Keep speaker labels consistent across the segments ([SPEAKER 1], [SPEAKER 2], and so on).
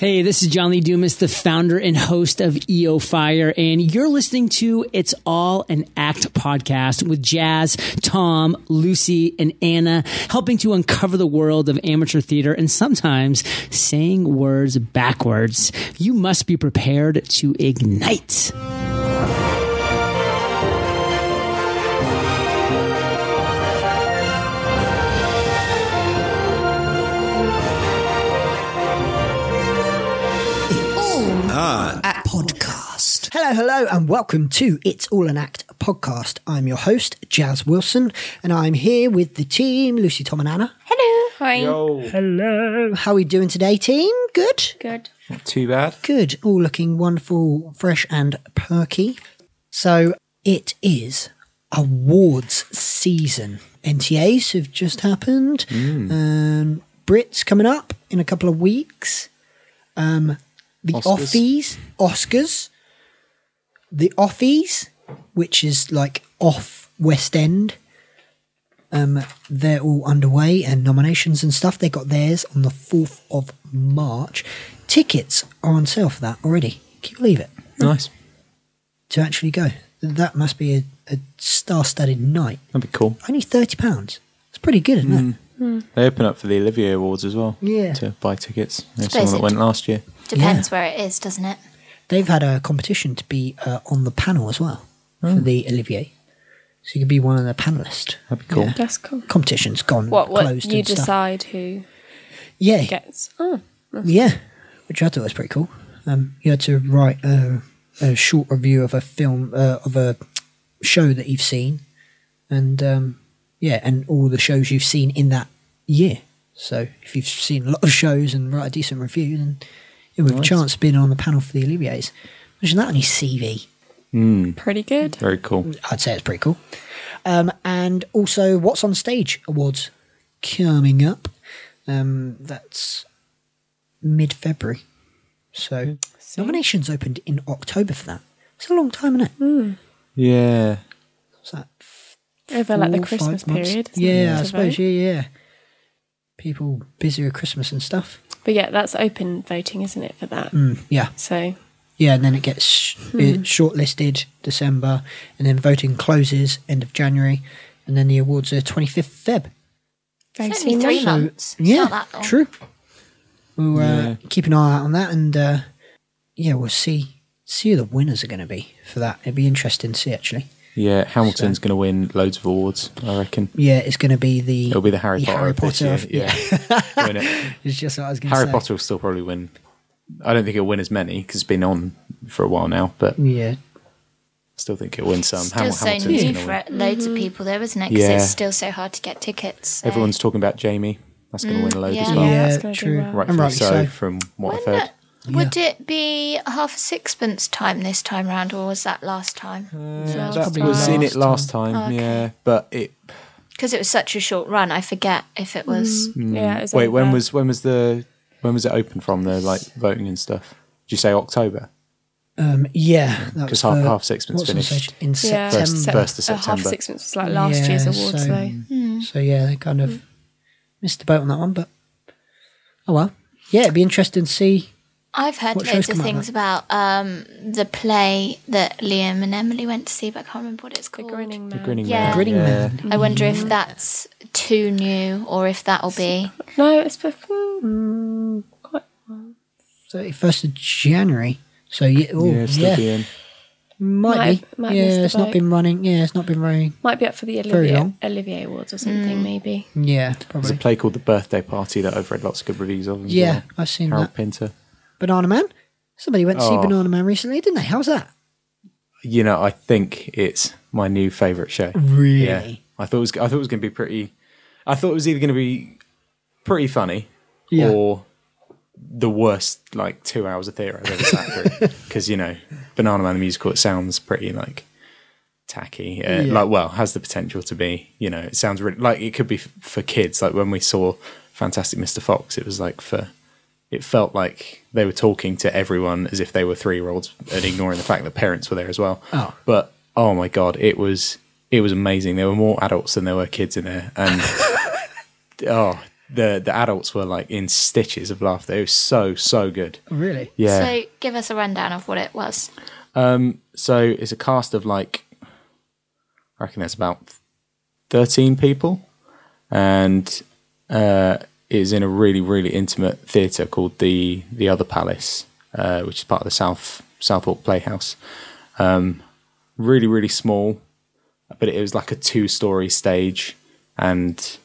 [SPEAKER 1] Hey, this is John Lee Dumas, the founder and host of EO Fire, and you're listening to It's All an Act podcast with Jazz, Tom, Lucy, and Anna, helping to uncover the world of amateur theater and sometimes saying words backwards. You must be prepared to ignite.
[SPEAKER 2] at podcast.
[SPEAKER 3] Hello, hello, and welcome to It's All an Act podcast. I'm your host, Jazz Wilson, and I'm here with the team, Lucy, Tom, and Anna.
[SPEAKER 4] Hello. Hi.
[SPEAKER 3] Hello. How are we doing today, team? Good?
[SPEAKER 4] Good.
[SPEAKER 5] Too bad.
[SPEAKER 3] Good. All looking wonderful, fresh, and perky. So it is awards season. NTAs have just happened. Um, Brits coming up in a couple of weeks. Um, the
[SPEAKER 5] Oscars.
[SPEAKER 3] Offies, Oscars. The Offies, which is like off West End. Um, they're all underway and nominations and stuff. They got theirs on the 4th of March. Tickets are on sale for that already. Can you believe it?
[SPEAKER 5] Nice.
[SPEAKER 3] to actually go. That must be a, a star-studded night.
[SPEAKER 5] That'd be cool.
[SPEAKER 3] Only thirty pounds. It's pretty good, isn't it?
[SPEAKER 5] They open up for the Olivier Awards as well.
[SPEAKER 3] Yeah.
[SPEAKER 5] To buy tickets. There's
[SPEAKER 4] Suppose
[SPEAKER 5] someone that
[SPEAKER 4] it-
[SPEAKER 5] went last year.
[SPEAKER 4] Depends where it is, doesn't it?
[SPEAKER 3] They've had a competition to be uh, on the panel as well for the Olivier, so you could be one of the panelists.
[SPEAKER 5] That'd be cool.
[SPEAKER 6] That's cool.
[SPEAKER 3] Competition's gone
[SPEAKER 6] What what
[SPEAKER 3] closed
[SPEAKER 6] you
[SPEAKER 3] and stuff.
[SPEAKER 6] decide who
[SPEAKER 3] Yeah,
[SPEAKER 6] gets? Oh,
[SPEAKER 3] yeah, which I thought was pretty cool. Um, you had to write a, a short review of a film uh, of a show that you've seen, and um, yeah, and all the shows you've seen in that year. So if you've seen a lot of shows and write a decent review, then you have a chance of being on the panel for the Oliviers. Imagine that on your CV.
[SPEAKER 6] pretty good.
[SPEAKER 5] Very cool.
[SPEAKER 3] I'd say it's pretty cool. Um, and also, What's on Stage Awards coming up. Um, that's mid February.
[SPEAKER 6] Hmm.
[SPEAKER 3] So, nominations opened in October for that. It's a long time, isn't it?
[SPEAKER 6] Hmm.
[SPEAKER 5] Yeah.
[SPEAKER 3] What's that?
[SPEAKER 6] Over like the
[SPEAKER 3] Four, five
[SPEAKER 6] Christmas
[SPEAKER 3] months?
[SPEAKER 6] period. isn't it,
[SPEAKER 3] Yeah, I
[SPEAKER 6] to
[SPEAKER 3] suppose.
[SPEAKER 6] vote?
[SPEAKER 3] Yeah, yeah. People busy with Christmas and stuff. Hmm,
[SPEAKER 6] But yeah, that's open voting, isn't it, for
[SPEAKER 3] Mm.
[SPEAKER 6] that?
[SPEAKER 3] Yeah.
[SPEAKER 6] So
[SPEAKER 3] Yeah, and then it gets sh-
[SPEAKER 6] Hmm.
[SPEAKER 3] it shortlisted December, and then voting closes end of January, and then the awards are 25th Feb.
[SPEAKER 6] very
[SPEAKER 4] It's only three
[SPEAKER 6] soon.
[SPEAKER 4] months. It's
[SPEAKER 3] Yeah,
[SPEAKER 4] not that long.
[SPEAKER 3] true. We'll
[SPEAKER 5] Yeah.
[SPEAKER 3] uh, keep an eye out on that, and uh, yeah, we'll see see who the winners are going to be for that. It'd be interesting to see actually.
[SPEAKER 5] Yeah. Hamilton's going to win loads of awards, I reckon.
[SPEAKER 3] Yeah, it's going to be the
[SPEAKER 5] It'll be the Harry Potter. of this
[SPEAKER 3] Potter of-
[SPEAKER 5] year. Yeah. Won't it?
[SPEAKER 3] It's just what I was going to say.
[SPEAKER 5] Harry Potter will still probably win. I don't think it'll win as many because it's been on for a while now, but I
[SPEAKER 3] Yeah,
[SPEAKER 5] still think it'll win some.
[SPEAKER 4] Still
[SPEAKER 5] Ham-
[SPEAKER 4] so
[SPEAKER 5] Hamilton's
[SPEAKER 4] new
[SPEAKER 5] gonna
[SPEAKER 4] for
[SPEAKER 5] win.
[SPEAKER 4] loads of people, though, isn't it? Because
[SPEAKER 5] Yeah.
[SPEAKER 4] it's still so hard to get tickets. so-
[SPEAKER 5] Everyone's talking about Jamie. That's going to win a load as
[SPEAKER 4] yeah.
[SPEAKER 5] well.
[SPEAKER 6] Yeah,
[SPEAKER 3] yeah,
[SPEAKER 6] it's gonna do
[SPEAKER 3] true.
[SPEAKER 6] well.
[SPEAKER 5] Rightfully
[SPEAKER 3] And rightly
[SPEAKER 5] so,
[SPEAKER 3] so.
[SPEAKER 5] from what I've
[SPEAKER 4] Wouldn't
[SPEAKER 5] heard.
[SPEAKER 4] it? Would it be a half a sixpence time this time round, or was that last
[SPEAKER 3] Uh.
[SPEAKER 4] time?
[SPEAKER 5] Yeah,
[SPEAKER 6] it's
[SPEAKER 5] that
[SPEAKER 6] probably
[SPEAKER 5] was in it
[SPEAKER 3] last
[SPEAKER 5] last time,
[SPEAKER 4] okay.
[SPEAKER 5] yeah. But it
[SPEAKER 4] Because it was such a short run, I forget if it was.
[SPEAKER 6] Yeah. It's
[SPEAKER 5] Wait,
[SPEAKER 6] over
[SPEAKER 5] when
[SPEAKER 6] there.
[SPEAKER 5] was when was the when was it open from the like voting and stuff? Did you say October?
[SPEAKER 3] Um, yeah, that
[SPEAKER 5] 'Cause
[SPEAKER 3] was
[SPEAKER 5] half-
[SPEAKER 3] for-
[SPEAKER 5] half Sixpence
[SPEAKER 3] what's on
[SPEAKER 5] finished.
[SPEAKER 3] stage in
[SPEAKER 6] yeah,
[SPEAKER 3] September.
[SPEAKER 5] First-
[SPEAKER 6] Sep-
[SPEAKER 5] first of
[SPEAKER 6] uh, half
[SPEAKER 5] September.
[SPEAKER 6] six months was like last
[SPEAKER 3] Yeah,
[SPEAKER 6] year's awards,
[SPEAKER 3] so-
[SPEAKER 6] though.
[SPEAKER 3] So yeah, they kind of missed the boat on that one, but oh well. Yeah, it'd be interesting to see.
[SPEAKER 4] I've heard
[SPEAKER 3] What shows
[SPEAKER 4] loads of
[SPEAKER 3] come out
[SPEAKER 4] things about um, the play that Liam and Emily went to see, but I can't remember what it's
[SPEAKER 6] The
[SPEAKER 4] called.
[SPEAKER 6] grinning man.
[SPEAKER 5] Grinning
[SPEAKER 4] Yeah.
[SPEAKER 5] Man.
[SPEAKER 3] Grinning
[SPEAKER 5] yeah.
[SPEAKER 3] Man.
[SPEAKER 4] I wonder
[SPEAKER 3] Mm.
[SPEAKER 4] if that's too new or if that'll be.
[SPEAKER 6] No, it's bef- mm, quite.
[SPEAKER 3] Thirty first of January. So yeah, oh,
[SPEAKER 5] Yeah, it's still
[SPEAKER 3] yeah.
[SPEAKER 5] being-
[SPEAKER 3] might, be.
[SPEAKER 6] Might- might
[SPEAKER 3] yeah,
[SPEAKER 6] miss the
[SPEAKER 3] it's not
[SPEAKER 6] boat.
[SPEAKER 3] been running. Yeah, it's not been running.
[SPEAKER 6] Might be up for the
[SPEAKER 3] Very
[SPEAKER 6] Olivier,
[SPEAKER 3] long.
[SPEAKER 6] Olivier Awards or
[SPEAKER 4] Mm.
[SPEAKER 6] something, maybe.
[SPEAKER 3] Yeah,
[SPEAKER 5] There's a
[SPEAKER 3] probably.
[SPEAKER 5] play called The Birthday Party that I've read lots of good reviews of. as
[SPEAKER 3] Yeah,
[SPEAKER 5] well.
[SPEAKER 3] I've seen
[SPEAKER 5] Harold
[SPEAKER 3] that.
[SPEAKER 5] Pinter.
[SPEAKER 3] Banana Man. Somebody went to
[SPEAKER 5] Oh.
[SPEAKER 3] see Banana Man recently, didn't they? How's that?
[SPEAKER 5] You know, I think it's my new favourite show.
[SPEAKER 3] Really?
[SPEAKER 5] Yeah, I thought it was. I thought it was going to be pretty. I thought it was either going to be pretty funny
[SPEAKER 3] Yeah.
[SPEAKER 5] or the worst like two hours of theatre I've ever sat through. Because you know, Banana Man the musical it sounds pretty like tacky. Uh, Like, well, has the potential to be. You know, it sounds really like it could be f- for kids. Like when we saw Fantastic Mr. Fox, it was like for. It felt like they were talking to everyone as if they were three year olds and ignoring the fact that parents were there as well.
[SPEAKER 3] Oh.
[SPEAKER 5] But oh my god, it was it was amazing. There were more adults than there were kids in there, and oh, the the adults were like in stitches of laughter. It was so so good.
[SPEAKER 3] Really?
[SPEAKER 5] Yeah.
[SPEAKER 4] So give us a rundown of what it was.
[SPEAKER 5] so it's a cast of like I reckon there's about thirteen people, and uh, it is in a really really intimate theatre called the the Other Palace, uh, which is part of the South Southwark Playhouse. Um, really really small, but it was like a two story stage, and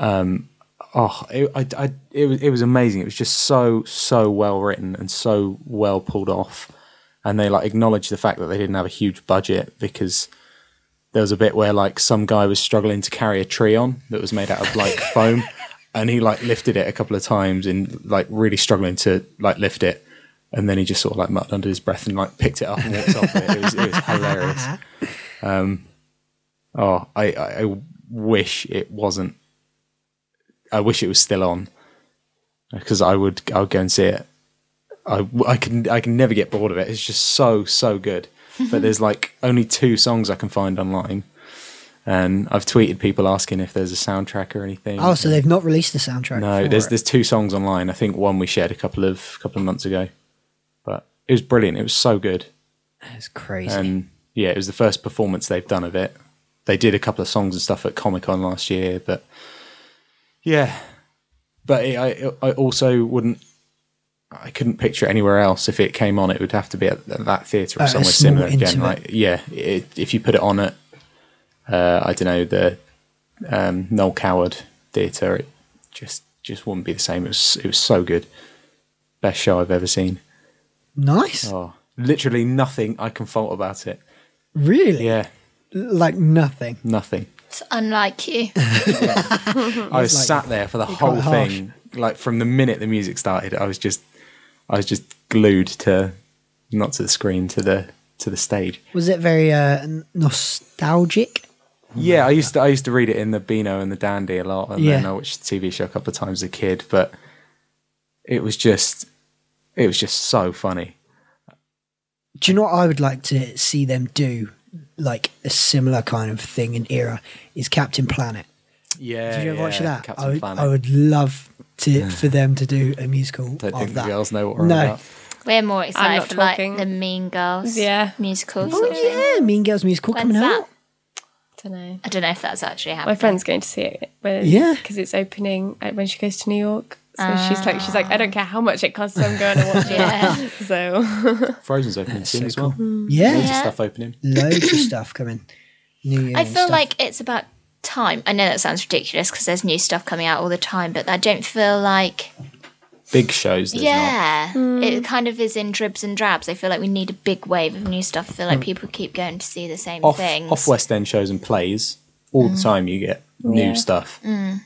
[SPEAKER 5] oh, it, I, I, it was it was amazing. It was just so so well written and so well pulled off. And they like acknowledged the fact that they didn't have a huge budget because there was a bit where like some guy was struggling to carry a tree on that was made out of like foam, and he like lifted it a couple of times and like really struggling to like lift it. And then he just sort of like muttered under his breath and like picked it up and walked off. It. It, was, it was hilarious. Um, oh, I, I I wish it wasn't I wish it was still on because I would I would go and see it. I, I can I can never get bored of it. It's just so so good. But there's like only two songs I can find online, and I've tweeted people asking if there's a soundtrack or anything.
[SPEAKER 3] Oh, so they've not released the soundtrack.
[SPEAKER 5] no,
[SPEAKER 3] for
[SPEAKER 5] there's
[SPEAKER 3] it.
[SPEAKER 5] there's two songs online. I think one we shared a couple of couple of months ago, but it was brilliant. It was so good,
[SPEAKER 3] That's crazy.
[SPEAKER 5] and yeah, it was the first performance they've done of it. They did a couple of songs and stuff at Comic Con last year, but yeah, but it, I I also wouldn't I couldn't picture it anywhere else. If it came on, it would have to be at, at that theatre or
[SPEAKER 3] At a
[SPEAKER 5] somewhere
[SPEAKER 3] small,
[SPEAKER 5] similar again.
[SPEAKER 3] intimate-
[SPEAKER 5] Like yeah, it, if you put it on at uh, I don't know the um, Noel Coward Theatre, it just just wouldn't be the same. It was it was so good, best show I've ever seen.
[SPEAKER 3] nice.
[SPEAKER 5] Oh, literally nothing I can fault about it.
[SPEAKER 3] Really?
[SPEAKER 5] Yeah,
[SPEAKER 3] Like nothing.
[SPEAKER 5] nothing.
[SPEAKER 4] It's unlike you.
[SPEAKER 5] I was sat there for the whole
[SPEAKER 3] quite harsh.
[SPEAKER 5] thing. Like from the minute the music started, I was just, I was just glued to, not to the screen, to the to the stage.
[SPEAKER 3] Was it very uh, n- nostalgic?
[SPEAKER 5] yeah, I used to I used to read it in the Beano and the Dandy a lot, and then
[SPEAKER 3] Yeah.
[SPEAKER 5] I watched the TV show a couple of times as a kid. But it was just, it was just so funny.
[SPEAKER 3] Do you know what I would like to see them do? Like a similar kind of thing in era is Captain Planet.
[SPEAKER 5] Yeah,
[SPEAKER 3] Did you ever watch that?
[SPEAKER 5] Captain
[SPEAKER 3] I would,
[SPEAKER 5] Planet.
[SPEAKER 3] I would love to for them to do a musical
[SPEAKER 5] Don't
[SPEAKER 3] of
[SPEAKER 5] think
[SPEAKER 3] that.
[SPEAKER 5] the girls know what we're on
[SPEAKER 3] No.
[SPEAKER 5] about.
[SPEAKER 4] We're more
[SPEAKER 6] I'm
[SPEAKER 4] excited
[SPEAKER 6] not
[SPEAKER 4] for
[SPEAKER 6] talking.
[SPEAKER 4] like the Mean Girls
[SPEAKER 6] Yeah.
[SPEAKER 4] musical. sort of thing.
[SPEAKER 3] Oh yeah, Mean Girls musical
[SPEAKER 4] When's
[SPEAKER 3] coming
[SPEAKER 4] that?
[SPEAKER 3] out.
[SPEAKER 6] don't know.
[SPEAKER 4] I don't know if that's actually happening.
[SPEAKER 6] My friend's going to see it. When,
[SPEAKER 3] Yeah.
[SPEAKER 6] Because it's opening uh, when she goes to New York. So she's like, she's like, I don't care how much it costs, I'm going to watch it.
[SPEAKER 4] Ah. Yeah.
[SPEAKER 6] So
[SPEAKER 5] Frozen's opening soon as well.
[SPEAKER 3] Yeah,
[SPEAKER 5] Loads of
[SPEAKER 4] Yeah.
[SPEAKER 5] stuff opening.
[SPEAKER 3] loads of stuff coming. New Year.
[SPEAKER 4] I
[SPEAKER 3] and
[SPEAKER 4] feel
[SPEAKER 3] stuff.
[SPEAKER 4] like it's about time. I know that sounds ridiculous because there's new stuff coming out all the time, but I don't feel like
[SPEAKER 5] Big shows. there's not.
[SPEAKER 4] yeah,
[SPEAKER 6] Hmm.
[SPEAKER 4] it kind of is in dribs and drabs. I feel like we need a big wave of new stuff. I feel like people keep going to see the same
[SPEAKER 5] Hmm. off
[SPEAKER 4] things. Mm.
[SPEAKER 5] off West End shows and plays all the time. You get new stuff.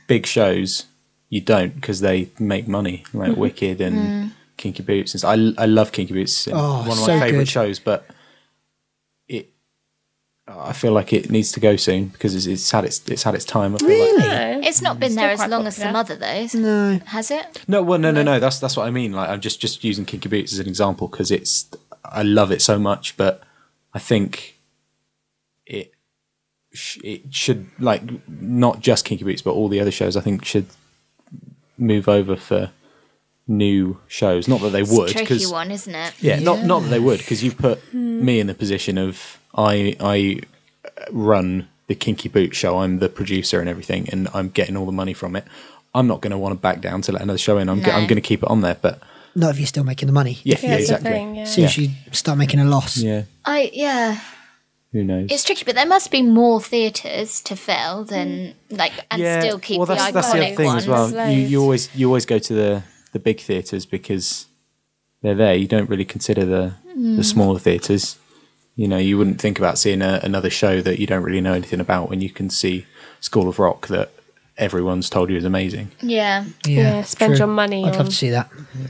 [SPEAKER 5] Big shows you don't because they make money, like
[SPEAKER 4] Mm-hmm.
[SPEAKER 5] Wicked and
[SPEAKER 4] Mm.
[SPEAKER 5] Kinky Boots. And s- I I love Kinky Boots. It's
[SPEAKER 3] Oh,
[SPEAKER 5] one of my
[SPEAKER 3] so
[SPEAKER 5] favorite
[SPEAKER 3] good.
[SPEAKER 5] shows, but it. I feel like it needs to go soon because it's, it's had its it's had its time. I feel
[SPEAKER 3] really.
[SPEAKER 5] Like.
[SPEAKER 4] it's not been there as
[SPEAKER 6] quite
[SPEAKER 4] long as some
[SPEAKER 6] popular.
[SPEAKER 4] other though,
[SPEAKER 3] No.
[SPEAKER 4] has it?
[SPEAKER 5] No, well, no, no, no. That's that's what I mean. Like I'm just just using Kinky Boots as an example because it's I love it so much, but I think it sh- it should like not just Kinky Boots, but all the other shows. I think should move over for new shows. Not that they
[SPEAKER 4] It's
[SPEAKER 5] would,
[SPEAKER 4] a tricky
[SPEAKER 5] because
[SPEAKER 4] one, isn't it?
[SPEAKER 5] yeah, not not that they would, because you put me in the position of I I run the Kinky Boot show. I'm the producer and everything, and I'm getting all the money from it. I'm not going to want to back down to let another show in. I'm go- I'm
[SPEAKER 4] No.
[SPEAKER 5] going to keep it on there, but
[SPEAKER 3] Not if you're still making the money.
[SPEAKER 5] yeah, yeah,
[SPEAKER 6] yeah, it's
[SPEAKER 5] exactly.
[SPEAKER 6] a thing. Yeah.
[SPEAKER 3] As soon as you start making a loss.
[SPEAKER 5] Yeah,
[SPEAKER 4] I yeah,
[SPEAKER 5] who knows?
[SPEAKER 4] it's tricky, but there must be more theatres to fill than like and
[SPEAKER 5] yeah,
[SPEAKER 4] still keep
[SPEAKER 5] well, that's,
[SPEAKER 4] the iconic
[SPEAKER 5] that's the other thing
[SPEAKER 4] ones.
[SPEAKER 5] as well.
[SPEAKER 6] ones.
[SPEAKER 5] You, you always you always go to the the big theatres because they're there. You don't really consider the
[SPEAKER 4] Mm.
[SPEAKER 5] the smaller theatres. You know, you wouldn't think about seeing a, another show that you don't really know anything about when you can see School of Rock that everyone's told you is amazing.
[SPEAKER 4] Yeah,
[SPEAKER 3] Yeah,
[SPEAKER 6] Yeah, spend
[SPEAKER 3] true.
[SPEAKER 6] your money
[SPEAKER 3] I'd love
[SPEAKER 6] on-
[SPEAKER 3] to see that.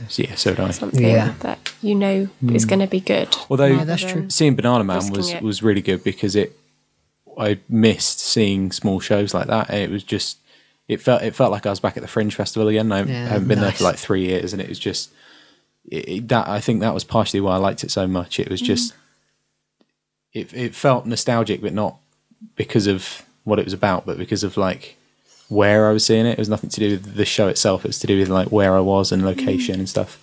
[SPEAKER 5] So, yeah, so do I.
[SPEAKER 6] something
[SPEAKER 3] Yeah.
[SPEAKER 6] that you know is going to be good.
[SPEAKER 5] Although
[SPEAKER 3] Yeah, that's true.
[SPEAKER 5] seeing Banana Man
[SPEAKER 6] Risking
[SPEAKER 5] was
[SPEAKER 6] it.
[SPEAKER 5] was really good because it I missed seeing small shows like that. It was just it felt it felt like I was back at the Fringe Festival again. I
[SPEAKER 3] Yeah,
[SPEAKER 5] haven't been there for
[SPEAKER 3] nice.
[SPEAKER 5] like three years, and it was just it, it- that. I think that was partially why I liked it so much. It was
[SPEAKER 6] Mm.
[SPEAKER 5] just it it felt nostalgic, but not because of what it was about, but because of like where I was seeing it. It was nothing to do with the show itself. It was to do with like where I was and
[SPEAKER 6] Mm.
[SPEAKER 5] location and stuff.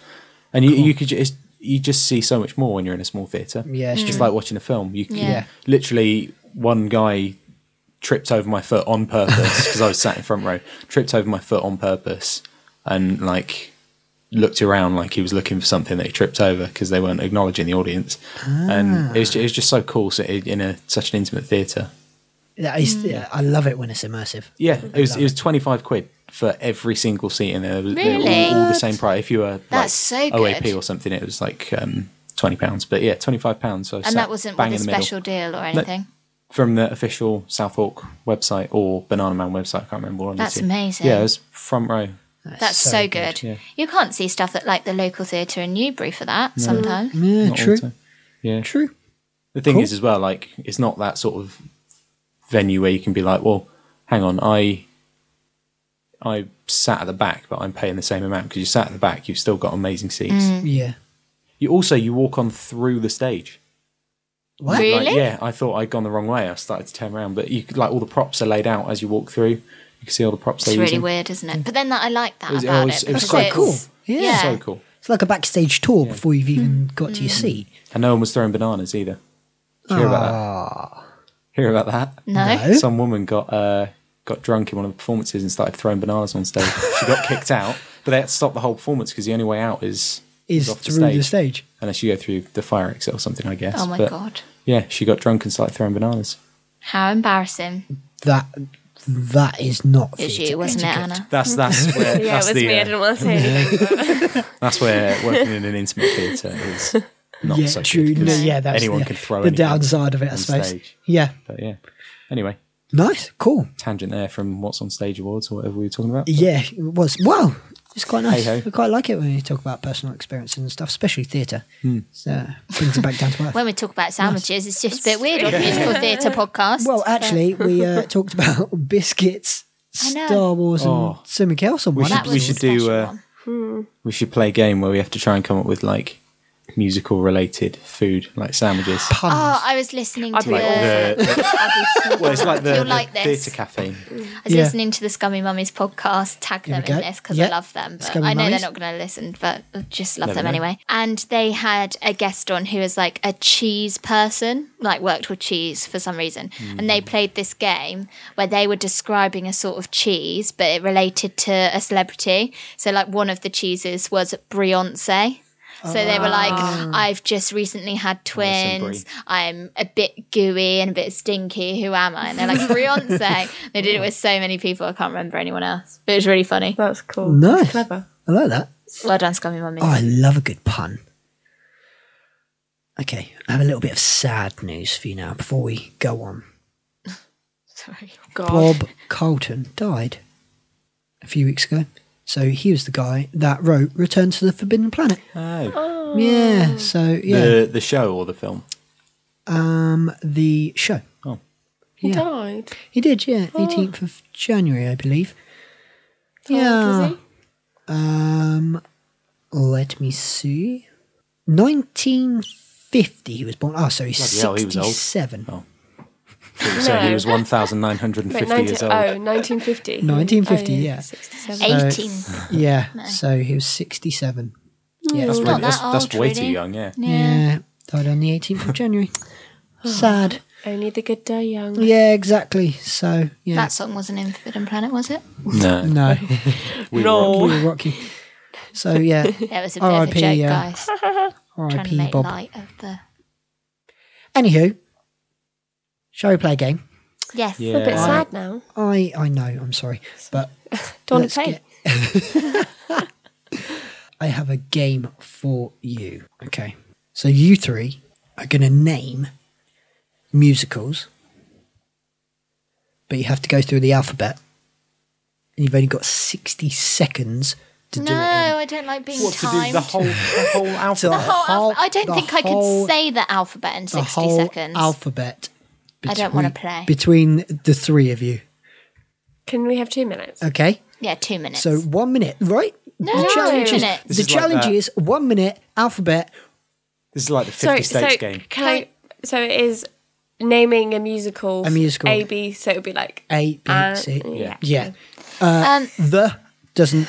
[SPEAKER 5] And you, you could just you just see so much more when you're in a small theater.
[SPEAKER 3] Yeah, it's
[SPEAKER 6] Mm.
[SPEAKER 5] it's just
[SPEAKER 3] true.
[SPEAKER 5] like watching a film. You
[SPEAKER 4] Yeah. Yeah.
[SPEAKER 5] yeah. literally one guy tripped over my foot on purpose because I was sat in front row. Tripped over my foot on purpose and like looked around like he was looking for something that he tripped over because they weren't acknowledging the audience. And it was, ju- it was just so cool so it, in a such an intimate theater.
[SPEAKER 3] That is,
[SPEAKER 4] Mm.
[SPEAKER 3] yeah, I love it when it's immersive.
[SPEAKER 5] Yeah, it was it was twenty five quid for every single seat, and they were, they were
[SPEAKER 4] Really?
[SPEAKER 5] all, all the same price. If you were like
[SPEAKER 4] That's so good.
[SPEAKER 5] OAP or something, it was like um, twenty pounds. But yeah, twenty five pounds. So I
[SPEAKER 4] And
[SPEAKER 5] sat
[SPEAKER 4] that wasn't
[SPEAKER 5] bang
[SPEAKER 4] with a
[SPEAKER 5] in the middle.
[SPEAKER 4] special deal or anything.
[SPEAKER 5] from the official Southwark website or Banana Man website. I can't remember what.
[SPEAKER 4] That's amazing.
[SPEAKER 5] Yeah, it was front row.
[SPEAKER 4] That's so, good. You can't see stuff that like the local theatre in Newbury for that sometimes.
[SPEAKER 3] Yeah,
[SPEAKER 5] not all the
[SPEAKER 3] true.
[SPEAKER 5] time. Yeah,
[SPEAKER 3] True.
[SPEAKER 5] the thing
[SPEAKER 3] Cool.
[SPEAKER 5] is as well like it's not that sort of venue where you can be like well hang on i i sat at the back but i'm paying the same amount because you sat at the back you've still got amazing seats
[SPEAKER 4] Mm.
[SPEAKER 3] Yeah.
[SPEAKER 5] you also you walk on through the stage
[SPEAKER 3] What?
[SPEAKER 4] Really?
[SPEAKER 5] like yeah i thought i'd gone the wrong way i started to turn around but you could, like all the props are laid out as you walk through you can see all the props
[SPEAKER 4] It's
[SPEAKER 5] they're
[SPEAKER 4] really
[SPEAKER 5] using.
[SPEAKER 4] weird, isn't it? But then that I like that
[SPEAKER 5] Mm. It was- it
[SPEAKER 4] about
[SPEAKER 5] was-
[SPEAKER 4] it.
[SPEAKER 5] it was
[SPEAKER 4] because
[SPEAKER 5] quite
[SPEAKER 4] it's-
[SPEAKER 5] cool.
[SPEAKER 3] Yeah.
[SPEAKER 4] Yeah.
[SPEAKER 5] so cool
[SPEAKER 3] It's like a backstage tour before you've
[SPEAKER 4] Mm.
[SPEAKER 3] even got to your seat.
[SPEAKER 5] and no one was throwing bananas either Did you hear about
[SPEAKER 3] Ah.
[SPEAKER 5] that hear about that
[SPEAKER 4] No.
[SPEAKER 3] No.
[SPEAKER 5] Some woman got uh, got drunk in one of the performances and started throwing bananas on stage. she got kicked out, but they had to stop the whole performance because the only way out is
[SPEAKER 3] Is
[SPEAKER 5] off the
[SPEAKER 3] through the
[SPEAKER 5] stage.
[SPEAKER 3] stage.
[SPEAKER 5] unless you go through the fire exit or something. I guess.
[SPEAKER 4] Oh my
[SPEAKER 5] But,
[SPEAKER 4] god.
[SPEAKER 5] Yeah, she got drunk and started throwing bananas.
[SPEAKER 4] How embarrassing.
[SPEAKER 3] That that is not.
[SPEAKER 4] It was
[SPEAKER 3] theatre
[SPEAKER 4] you, wasn't it,
[SPEAKER 3] etiquette.
[SPEAKER 4] Anna?
[SPEAKER 5] That's that's where
[SPEAKER 6] Yeah, it
[SPEAKER 5] that's
[SPEAKER 6] was
[SPEAKER 5] the,
[SPEAKER 6] me. I
[SPEAKER 5] uh,
[SPEAKER 6] didn't want to say anything.
[SPEAKER 5] that's where working in an intimate theatre is not
[SPEAKER 3] Yeah,
[SPEAKER 5] so
[SPEAKER 3] true.
[SPEAKER 5] good.
[SPEAKER 3] No, yeah, that's
[SPEAKER 5] anyone
[SPEAKER 3] the,
[SPEAKER 5] can throw
[SPEAKER 3] the
[SPEAKER 5] anything
[SPEAKER 3] downside of it, I
[SPEAKER 5] on
[SPEAKER 3] suppose.
[SPEAKER 5] stage.
[SPEAKER 3] Yeah.
[SPEAKER 5] But yeah, anyway,
[SPEAKER 3] Nice. Cool.
[SPEAKER 5] tangent there from what's on stage awards or whatever we were talking about.
[SPEAKER 3] Yeah, it was. Wow. It's quite nice.
[SPEAKER 5] Hey-ho.
[SPEAKER 3] I quite like it when you talk about personal experience and stuff, especially theatre.
[SPEAKER 5] Hmm.
[SPEAKER 3] So brings it back down to earth.
[SPEAKER 4] When we talk about sandwiches, it's just a bit weird on a musical theatre podcast.
[SPEAKER 3] Well, actually, we uh, talked about biscuits,
[SPEAKER 4] I know.
[SPEAKER 3] Star Wars, and
[SPEAKER 5] Oh.
[SPEAKER 3] something else on
[SPEAKER 5] We
[SPEAKER 3] one.
[SPEAKER 5] should-
[SPEAKER 4] that
[SPEAKER 3] episode.
[SPEAKER 4] was
[SPEAKER 5] we should
[SPEAKER 4] a
[SPEAKER 5] do,
[SPEAKER 4] special
[SPEAKER 5] uh,
[SPEAKER 4] one.
[SPEAKER 5] We should play a game where we have to try and come up with like musical related food, like sandwiches.
[SPEAKER 3] Puns.
[SPEAKER 4] Oh, I was listening
[SPEAKER 6] I'd
[SPEAKER 4] to
[SPEAKER 6] like
[SPEAKER 4] the,
[SPEAKER 5] the, well, it's like the,
[SPEAKER 4] You'll
[SPEAKER 5] the
[SPEAKER 4] like this.
[SPEAKER 5] theatre cafe.
[SPEAKER 4] I was
[SPEAKER 3] yeah.
[SPEAKER 4] listening to the Scummy Mummies podcast. Tag them
[SPEAKER 3] we
[SPEAKER 4] in
[SPEAKER 3] go.
[SPEAKER 4] this because I
[SPEAKER 3] Yeah.
[SPEAKER 4] love them, but
[SPEAKER 3] Scummy
[SPEAKER 4] I know
[SPEAKER 3] Mummies.
[SPEAKER 4] they're not going to listen, but I just love
[SPEAKER 5] Never
[SPEAKER 4] them
[SPEAKER 5] know.
[SPEAKER 4] anyway. And they had a guest on who was like a cheese person, like worked with cheese for some reason, and they played this game where they were describing a sort of cheese, but it related to a celebrity. So like one of the cheeses was Beyonce. So they were like, I've just recently had
[SPEAKER 5] some
[SPEAKER 4] twins. I'm a bit gooey and a bit stinky. Who am I? And they're like, Beyonce. they did it with so many people. I can't remember anyone else. But it was really funny.
[SPEAKER 6] That's cool.
[SPEAKER 3] nice.
[SPEAKER 6] Clever.
[SPEAKER 3] I like that.
[SPEAKER 4] Well done, Scummy Mummy.
[SPEAKER 3] Oh, I love a good pun. Okay, I have a little bit of sad news for you now before we go on.
[SPEAKER 4] Sorry.
[SPEAKER 6] Oh, God.
[SPEAKER 3] Bob Carlton died a few weeks ago. So he was the guy that wrote Return to the Forbidden Planet.
[SPEAKER 5] Oh.
[SPEAKER 3] Yeah, so yeah.
[SPEAKER 5] The the show or the film?
[SPEAKER 3] um, the show.
[SPEAKER 5] Oh.
[SPEAKER 6] He
[SPEAKER 3] Yeah.
[SPEAKER 6] died.
[SPEAKER 3] He did, yeah. 18th of January, I believe. Yeah.
[SPEAKER 6] Was he?
[SPEAKER 3] Um, let me see. 1950 he was born. Oh, so he's
[SPEAKER 5] Bloody hell, he was old.
[SPEAKER 3] 67.
[SPEAKER 5] Oh. So he was one thousand nine hundred and
[SPEAKER 6] Wait,
[SPEAKER 5] fifty
[SPEAKER 6] 19,
[SPEAKER 5] years
[SPEAKER 6] oh,
[SPEAKER 5] old.
[SPEAKER 6] 1950.
[SPEAKER 3] 1950, yeah.
[SPEAKER 6] 67.
[SPEAKER 4] 18.
[SPEAKER 5] Oh.
[SPEAKER 3] Yeah, so he was 67. Yeah,
[SPEAKER 5] That's,
[SPEAKER 4] not
[SPEAKER 5] really, that's,
[SPEAKER 4] that
[SPEAKER 5] that's
[SPEAKER 4] old,
[SPEAKER 5] way
[SPEAKER 4] really.
[SPEAKER 5] too young. Yeah.
[SPEAKER 3] yeah, died on the 18th of January. Sad.
[SPEAKER 6] Only the good die young.
[SPEAKER 3] Yeah, exactly. So, yeah.
[SPEAKER 4] That song wasn't in Forbidden Planet, was it?
[SPEAKER 5] No.
[SPEAKER 3] no,
[SPEAKER 5] We
[SPEAKER 6] No.
[SPEAKER 5] were-
[SPEAKER 3] we were
[SPEAKER 4] Oh.
[SPEAKER 3] rocky. So, yeah,
[SPEAKER 4] Yeah, it was a bit of a
[SPEAKER 3] R.I.P.,
[SPEAKER 4] joke,
[SPEAKER 3] yeah.
[SPEAKER 4] guys. Trying to
[SPEAKER 3] RIP
[SPEAKER 4] make
[SPEAKER 3] Bob.
[SPEAKER 4] light of the.
[SPEAKER 3] Anywho, shall we play a game?
[SPEAKER 4] Yes.
[SPEAKER 6] I'm a bit
[SPEAKER 5] Yeah.
[SPEAKER 6] sad now.
[SPEAKER 3] I, I know, I'm sorry, but
[SPEAKER 6] Don't
[SPEAKER 3] Let's
[SPEAKER 6] want to play.
[SPEAKER 3] get- I have a game for you. Okay. So you three are going to name musicals, but you have to go through the alphabet. And you've only got 60 seconds to do
[SPEAKER 4] No,
[SPEAKER 3] it.
[SPEAKER 4] I don't like being
[SPEAKER 5] What to do?
[SPEAKER 4] timed.
[SPEAKER 5] The whole the whole
[SPEAKER 3] So
[SPEAKER 5] alphabet.
[SPEAKER 4] Whole
[SPEAKER 3] whole-
[SPEAKER 4] alpha- I don't
[SPEAKER 3] the
[SPEAKER 4] think I could
[SPEAKER 3] whole-
[SPEAKER 4] say the alphabet in 60
[SPEAKER 3] the whole
[SPEAKER 4] seconds.
[SPEAKER 3] alphabet.
[SPEAKER 4] I don't wanna
[SPEAKER 3] between-
[SPEAKER 4] play.
[SPEAKER 3] Between the three of you.
[SPEAKER 6] Can we have two minutes?
[SPEAKER 3] Okay.
[SPEAKER 4] yeah, two minutes.
[SPEAKER 3] So one minute, right?
[SPEAKER 4] no,
[SPEAKER 6] the
[SPEAKER 4] two
[SPEAKER 6] challenge is-
[SPEAKER 4] minutes.
[SPEAKER 3] the
[SPEAKER 5] is like
[SPEAKER 3] challenge
[SPEAKER 5] that.
[SPEAKER 3] is one minute alphabet.
[SPEAKER 5] This is like the
[SPEAKER 6] Sorry,
[SPEAKER 5] fifty states
[SPEAKER 6] so
[SPEAKER 5] game.
[SPEAKER 6] Can I, so it is naming a musical,
[SPEAKER 3] A musical.
[SPEAKER 6] A B, so it would be like
[SPEAKER 3] A, B,
[SPEAKER 6] uh,
[SPEAKER 3] C.
[SPEAKER 6] yeah.
[SPEAKER 3] Yeah. Uh,
[SPEAKER 4] Um,
[SPEAKER 3] the doesn't.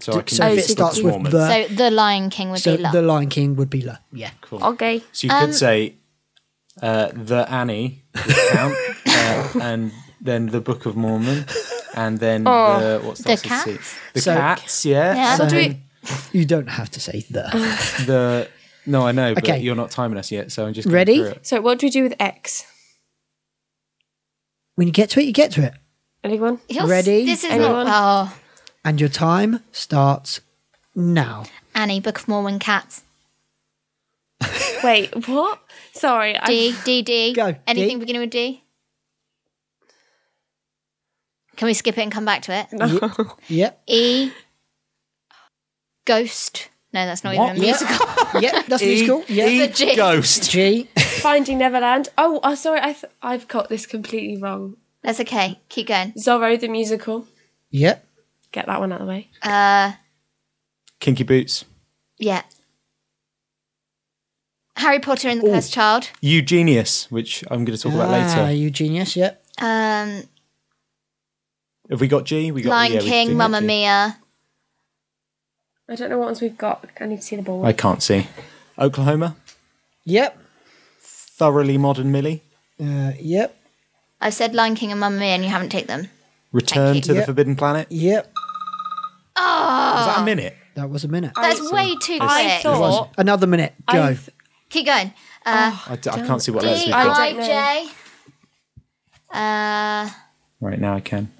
[SPEAKER 5] So, I can
[SPEAKER 3] So
[SPEAKER 5] do
[SPEAKER 3] if
[SPEAKER 4] it's
[SPEAKER 3] it
[SPEAKER 5] the
[SPEAKER 3] starts with
[SPEAKER 5] performance.
[SPEAKER 3] the,
[SPEAKER 4] So the Lion King would
[SPEAKER 3] uh, so
[SPEAKER 4] be love.
[SPEAKER 3] the Lion King would be the. Yeah.
[SPEAKER 5] Cool.
[SPEAKER 6] Okay.
[SPEAKER 5] So you
[SPEAKER 4] Um,
[SPEAKER 5] could say uh, the Annie would count, uh, and then the Book of Mormon, and then the what's
[SPEAKER 4] Oh, The
[SPEAKER 5] that? let's see.
[SPEAKER 4] cats?
[SPEAKER 5] The
[SPEAKER 3] So-
[SPEAKER 5] cats, yeah.
[SPEAKER 4] Yeah.
[SPEAKER 6] So do we?
[SPEAKER 3] You don't have to say the.
[SPEAKER 5] The no, I know, but
[SPEAKER 3] Okay.
[SPEAKER 5] you're not timing us yet, so I'm just going
[SPEAKER 3] Ready?
[SPEAKER 5] through it.
[SPEAKER 6] So what do we do with X?
[SPEAKER 3] when you get to it, you get to it.
[SPEAKER 6] Anyone?
[SPEAKER 4] You're s-
[SPEAKER 3] Ready?
[SPEAKER 4] This is
[SPEAKER 6] Anyone?
[SPEAKER 4] not. Oh,
[SPEAKER 3] And your time starts now.
[SPEAKER 4] Annie, Book of Mormon, cats.
[SPEAKER 6] Wait, what? Sorry, I
[SPEAKER 4] D, D, D.
[SPEAKER 3] Go, D.
[SPEAKER 4] Anything beginning with D? Can we skip it and come back to it?
[SPEAKER 3] Yep.
[SPEAKER 4] E. Ghost. No, that's not even a musical.
[SPEAKER 3] Yep. That's
[SPEAKER 5] E,
[SPEAKER 3] musical. Yeah.
[SPEAKER 4] The G.
[SPEAKER 5] Ghost.
[SPEAKER 3] G.
[SPEAKER 6] Finding Neverland. Oh, oh sorry, I th- I've got this completely wrong.
[SPEAKER 4] That's okay. Keep going.
[SPEAKER 6] Zorro the musical.
[SPEAKER 3] Yep.
[SPEAKER 6] Get that one out of the way.
[SPEAKER 4] Uh,
[SPEAKER 5] Kinky Boots.
[SPEAKER 4] yeah. Harry Potter and the Cursed Child.
[SPEAKER 5] Eugenius, which I'm going to talk about
[SPEAKER 3] Ah,
[SPEAKER 5] later.
[SPEAKER 3] you genius. Yep.
[SPEAKER 4] Um,
[SPEAKER 5] Have we got G? We got
[SPEAKER 4] Lion
[SPEAKER 5] yeah, we do
[SPEAKER 4] King,
[SPEAKER 5] got
[SPEAKER 4] Mamma
[SPEAKER 5] G.
[SPEAKER 4] Mia.
[SPEAKER 6] I don't know what ones we've got. I need to see the ball.
[SPEAKER 5] I can't see. Oklahoma.
[SPEAKER 3] Yep.
[SPEAKER 5] Thoroughly Modern Millie.
[SPEAKER 3] Uh, yep.
[SPEAKER 4] I've said Lion King and Mamma Mia, and you haven't taken them.
[SPEAKER 5] Return
[SPEAKER 4] you. Oh.
[SPEAKER 5] to the
[SPEAKER 3] Yep.
[SPEAKER 5] Forbidden Planet. Is
[SPEAKER 3] Yep.
[SPEAKER 5] that a minute?
[SPEAKER 3] That was a minute.
[SPEAKER 4] That's way too
[SPEAKER 6] I
[SPEAKER 4] quick.
[SPEAKER 6] thought.
[SPEAKER 3] Another minute. Go.
[SPEAKER 6] I th-
[SPEAKER 4] Keep going. Uh,
[SPEAKER 5] I, d- I can't see what letters
[SPEAKER 4] D
[SPEAKER 5] we've got.
[SPEAKER 6] I
[SPEAKER 4] I
[SPEAKER 6] don't know.
[SPEAKER 4] J. Uh,
[SPEAKER 5] Right now I can.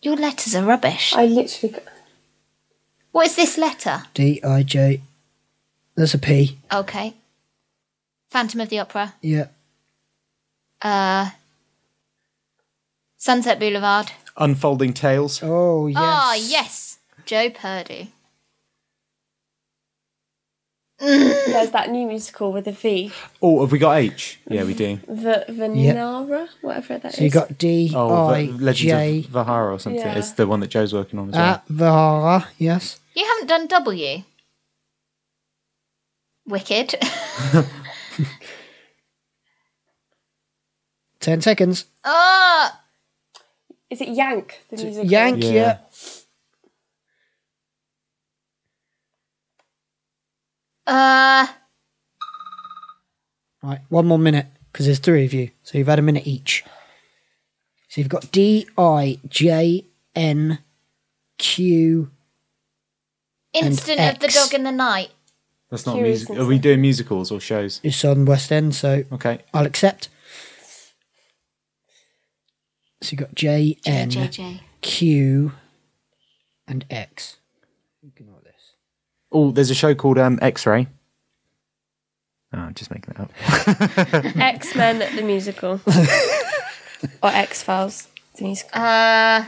[SPEAKER 4] your letters are rubbish.
[SPEAKER 6] I literally. got-
[SPEAKER 4] What is this letter?
[SPEAKER 3] D I J. There's a P.
[SPEAKER 4] Okay. Phantom of the Opera.
[SPEAKER 3] Yep.
[SPEAKER 4] Uh, Sunset Boulevard.
[SPEAKER 5] Unfolding Tales.
[SPEAKER 3] Oh yes.
[SPEAKER 4] Ah, yes. Joe Purdy.
[SPEAKER 6] There's that new musical with a V.
[SPEAKER 5] Oh, have we got H? Yeah, we do.
[SPEAKER 6] The Venara, whatever that is.
[SPEAKER 3] So you got D
[SPEAKER 5] Oh,
[SPEAKER 3] I
[SPEAKER 5] V- Legends
[SPEAKER 3] J.
[SPEAKER 5] of Vahara or something.
[SPEAKER 6] Yeah.
[SPEAKER 5] It's the one that Joe's working on as well.
[SPEAKER 3] Ah, Vahara. Yes.
[SPEAKER 4] You haven't done W. Wicked.
[SPEAKER 3] Ten seconds.
[SPEAKER 4] oh,
[SPEAKER 6] Is it Yank? The musical.
[SPEAKER 3] Yank.
[SPEAKER 5] Yeah.
[SPEAKER 3] Yeah.
[SPEAKER 4] uh,
[SPEAKER 3] Right. One more minute because there's three of you, so you've had a minute each. So you've got D I J N Q.
[SPEAKER 4] Incident of the
[SPEAKER 3] X.
[SPEAKER 4] Dog in the Night.
[SPEAKER 5] That's not
[SPEAKER 6] Curious
[SPEAKER 5] music.
[SPEAKER 6] and
[SPEAKER 5] Are we doing musicals or shows?
[SPEAKER 3] It's on West End, so
[SPEAKER 5] Okay.
[SPEAKER 3] I'll accept. So you got J
[SPEAKER 4] J,
[SPEAKER 3] N.
[SPEAKER 4] J, J.
[SPEAKER 3] Q and X. Ignore this.
[SPEAKER 5] Oh, there's a show called um, X-Ray. Oh, I'm just making that up.
[SPEAKER 6] X Men the musical. or X Files the musical.
[SPEAKER 4] Uh,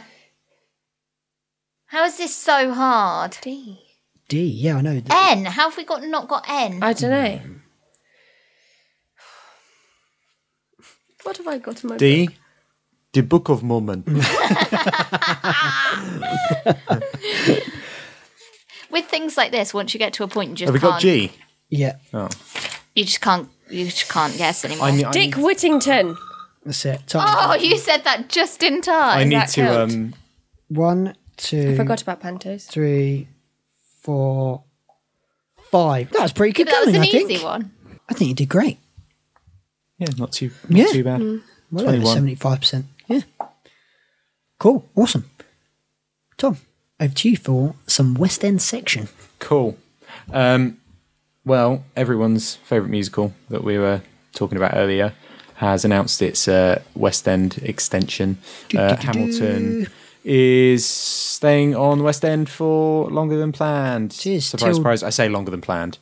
[SPEAKER 4] how is this so hard?
[SPEAKER 6] D.
[SPEAKER 3] D, yeah, I know. The,
[SPEAKER 4] N. How have we got not got N?
[SPEAKER 6] I don't know. What have I got in my book?
[SPEAKER 5] D. The Book of Mormon.
[SPEAKER 4] With things like this, once you get to a point, you just
[SPEAKER 5] Have we
[SPEAKER 4] can't.
[SPEAKER 5] got G?
[SPEAKER 3] yeah,
[SPEAKER 5] Oh,
[SPEAKER 4] You just can't. You just can't guess anymore.
[SPEAKER 5] I, ne- I
[SPEAKER 6] Dick
[SPEAKER 5] need,
[SPEAKER 6] Whittington.
[SPEAKER 3] that's it. Time.
[SPEAKER 4] oh, you said that just in
[SPEAKER 5] I
[SPEAKER 4] time.
[SPEAKER 5] need
[SPEAKER 6] that
[SPEAKER 5] to.
[SPEAKER 6] count?
[SPEAKER 5] Um,
[SPEAKER 3] One, two,
[SPEAKER 6] Forgot about Pantos.
[SPEAKER 3] three, four, five. That was pretty good
[SPEAKER 4] that was
[SPEAKER 3] going,
[SPEAKER 4] an
[SPEAKER 3] I think.
[SPEAKER 4] easy one.
[SPEAKER 3] I think you did great.
[SPEAKER 5] yeah, not too, not
[SPEAKER 3] Yeah.
[SPEAKER 5] too bad.
[SPEAKER 6] Mm.
[SPEAKER 3] Well over
[SPEAKER 5] 21.
[SPEAKER 3] 75%. Yeah. Cool. Awesome. Tom, over to you for some West End section.
[SPEAKER 5] Cool. Um, well, everyone's favourite musical that we were talking about earlier has announced its uh, West End extension. Uh, Hamilton is staying on West End for longer than planned.
[SPEAKER 3] Cheers,
[SPEAKER 5] surprise,
[SPEAKER 3] till-
[SPEAKER 5] surprise. I say longer than planned.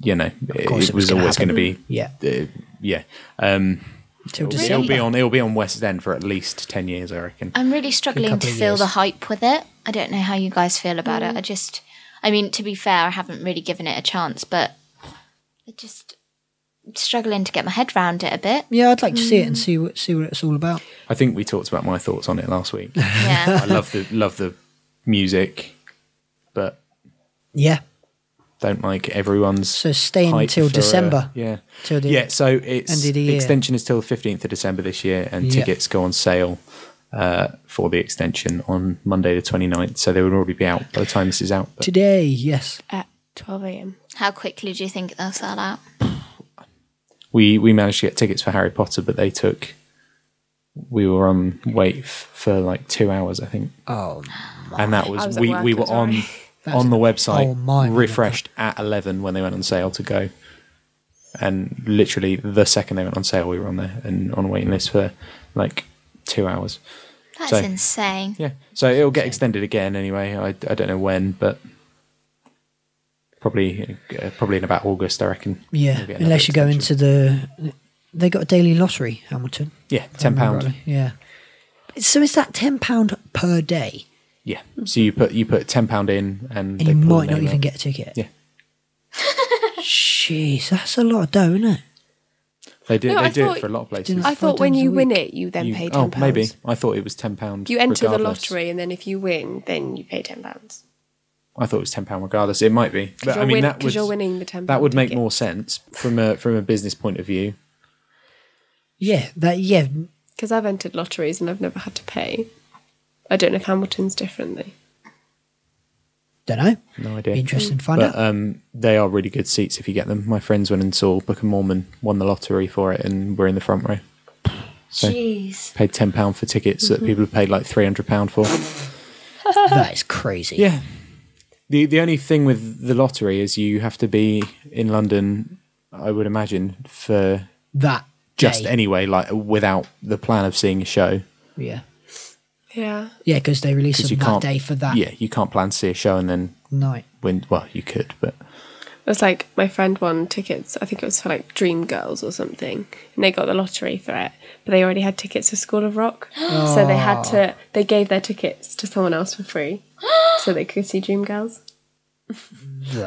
[SPEAKER 5] You know, it,
[SPEAKER 3] course
[SPEAKER 5] it
[SPEAKER 3] it was
[SPEAKER 5] was
[SPEAKER 3] gonna
[SPEAKER 5] always going
[SPEAKER 3] happen.
[SPEAKER 5] to be.
[SPEAKER 3] Yeah.
[SPEAKER 5] Uh, yeah. Um,
[SPEAKER 3] Till
[SPEAKER 5] it'll
[SPEAKER 3] December.
[SPEAKER 5] be on. It'll be on West End for at least ten years, I reckon.
[SPEAKER 3] Uh,
[SPEAKER 4] I'm really struggling to
[SPEAKER 3] couple of
[SPEAKER 4] feel
[SPEAKER 3] years.
[SPEAKER 4] the hype with it. I don't know how you guys feel about it. I just, I mean, to be fair, I haven't really given it a chance, but I just struggling to get my head round it a bit.
[SPEAKER 3] Yeah, I'd like to see it and see what see what it's all about.
[SPEAKER 5] I think we talked about my thoughts on it last week.
[SPEAKER 4] Yeah.
[SPEAKER 5] I love the love the music, but
[SPEAKER 3] Yeah.
[SPEAKER 5] don't like everyone's.
[SPEAKER 3] So stay
[SPEAKER 5] hype
[SPEAKER 3] until
[SPEAKER 5] for a-
[SPEAKER 3] December.
[SPEAKER 5] yeah.
[SPEAKER 3] Till the-
[SPEAKER 5] yeah. So it's
[SPEAKER 3] end of the year.
[SPEAKER 5] extension is till the fifteenth of December this year, and
[SPEAKER 3] Yeah.
[SPEAKER 5] tickets go on sale. Uh, for the extension on Monday the 29th, so they would already be out by the time this is out. But
[SPEAKER 3] Today, yes.
[SPEAKER 6] at 12 a.m.
[SPEAKER 4] How quickly do you think they'll sell out?
[SPEAKER 5] we we managed to get tickets for Harry Potter, but they took. We were on wait f- for like two hours, I think.
[SPEAKER 3] Oh,
[SPEAKER 5] and that
[SPEAKER 6] I
[SPEAKER 5] was,
[SPEAKER 6] was at
[SPEAKER 5] we,
[SPEAKER 6] work,
[SPEAKER 5] we
[SPEAKER 6] I'm
[SPEAKER 5] were on
[SPEAKER 6] sorry.
[SPEAKER 5] on the website
[SPEAKER 3] oh my
[SPEAKER 5] refreshed at 11 when they went on sale to go and literally the second they went on sale we were on there and on a waiting list for like two hours
[SPEAKER 4] That's
[SPEAKER 5] So-
[SPEAKER 4] insane.
[SPEAKER 5] yeah so it'll get extended again anyway i, I don't know when but probably uh, probably in about august i reckon
[SPEAKER 3] yeah.
[SPEAKER 5] We'll get another
[SPEAKER 3] Unless you go
[SPEAKER 5] extension.
[SPEAKER 3] into the, they got a daily lottery, Hamilton.
[SPEAKER 5] yeah 10 pound
[SPEAKER 3] Right, Yeah. So is that ten pound per day,
[SPEAKER 5] yeah so you put you put 10 pound in and,
[SPEAKER 3] Hmm. and
[SPEAKER 5] they
[SPEAKER 3] you
[SPEAKER 5] pull the
[SPEAKER 3] might not
[SPEAKER 5] name
[SPEAKER 3] even
[SPEAKER 5] out.
[SPEAKER 3] get a ticket?
[SPEAKER 5] Yeah.
[SPEAKER 3] Jeez, that's a lot of dough, isn't it?
[SPEAKER 5] they do
[SPEAKER 6] No,
[SPEAKER 5] they
[SPEAKER 6] I
[SPEAKER 5] do
[SPEAKER 6] thought-
[SPEAKER 5] it for a lot of places
[SPEAKER 3] Didn't-
[SPEAKER 6] I thought when
[SPEAKER 3] times a
[SPEAKER 6] you win
[SPEAKER 3] week.
[SPEAKER 6] it, you then
[SPEAKER 5] You-
[SPEAKER 6] pay 10
[SPEAKER 5] oh
[SPEAKER 6] pounds.
[SPEAKER 5] maybe i thought it was 10 pound
[SPEAKER 6] You enter the
[SPEAKER 5] regardless.
[SPEAKER 6] lottery, and then if you win, then you pay 10 pounds.
[SPEAKER 5] I thought it was ten pound regardless. It might be, but I
[SPEAKER 6] you're
[SPEAKER 5] mean
[SPEAKER 6] win-
[SPEAKER 5] that
[SPEAKER 6] 'cause
[SPEAKER 5] would
[SPEAKER 6] you're winning the £10
[SPEAKER 5] That would make
[SPEAKER 6] ticket.
[SPEAKER 5] more sense from a from a business point of view.
[SPEAKER 3] Yeah, that yeah,
[SPEAKER 6] Because I've entered lotteries and I've never had to pay. I don't know if Hamilton's different though.
[SPEAKER 3] don't know.
[SPEAKER 5] No idea.
[SPEAKER 3] Be interesting to find
[SPEAKER 5] But
[SPEAKER 3] out.
[SPEAKER 5] um, they are really good seats if you get them. My friends went and saw Book of Mormon, won the lottery for it, and were in the front row. So
[SPEAKER 4] Jeez.
[SPEAKER 5] paid ten pound for tickets
[SPEAKER 3] Mm-hmm.
[SPEAKER 5] that people have paid like three hundred pound for.
[SPEAKER 3] that is crazy.
[SPEAKER 5] uh, Yeah. The the only thing with the lottery is you have to be in London, I would imagine, for
[SPEAKER 3] That
[SPEAKER 5] just
[SPEAKER 3] day.
[SPEAKER 5] anyway, like without the plan of seeing a show.
[SPEAKER 3] yeah,
[SPEAKER 6] Yeah.
[SPEAKER 3] yeah, because they release
[SPEAKER 5] Because you
[SPEAKER 3] them that
[SPEAKER 5] can't
[SPEAKER 3] day for that
[SPEAKER 5] Yeah, you can't plan to see a show and then
[SPEAKER 3] night.
[SPEAKER 5] win. Well, you could, but
[SPEAKER 6] It was like my friend won tickets. I think it was for like Dream Girls or something, and they got the lottery for it. But they already had tickets for School of Rock, so they had
[SPEAKER 5] Oh.
[SPEAKER 6] to. They gave their tickets to someone else for free, so they could see Dream Girls.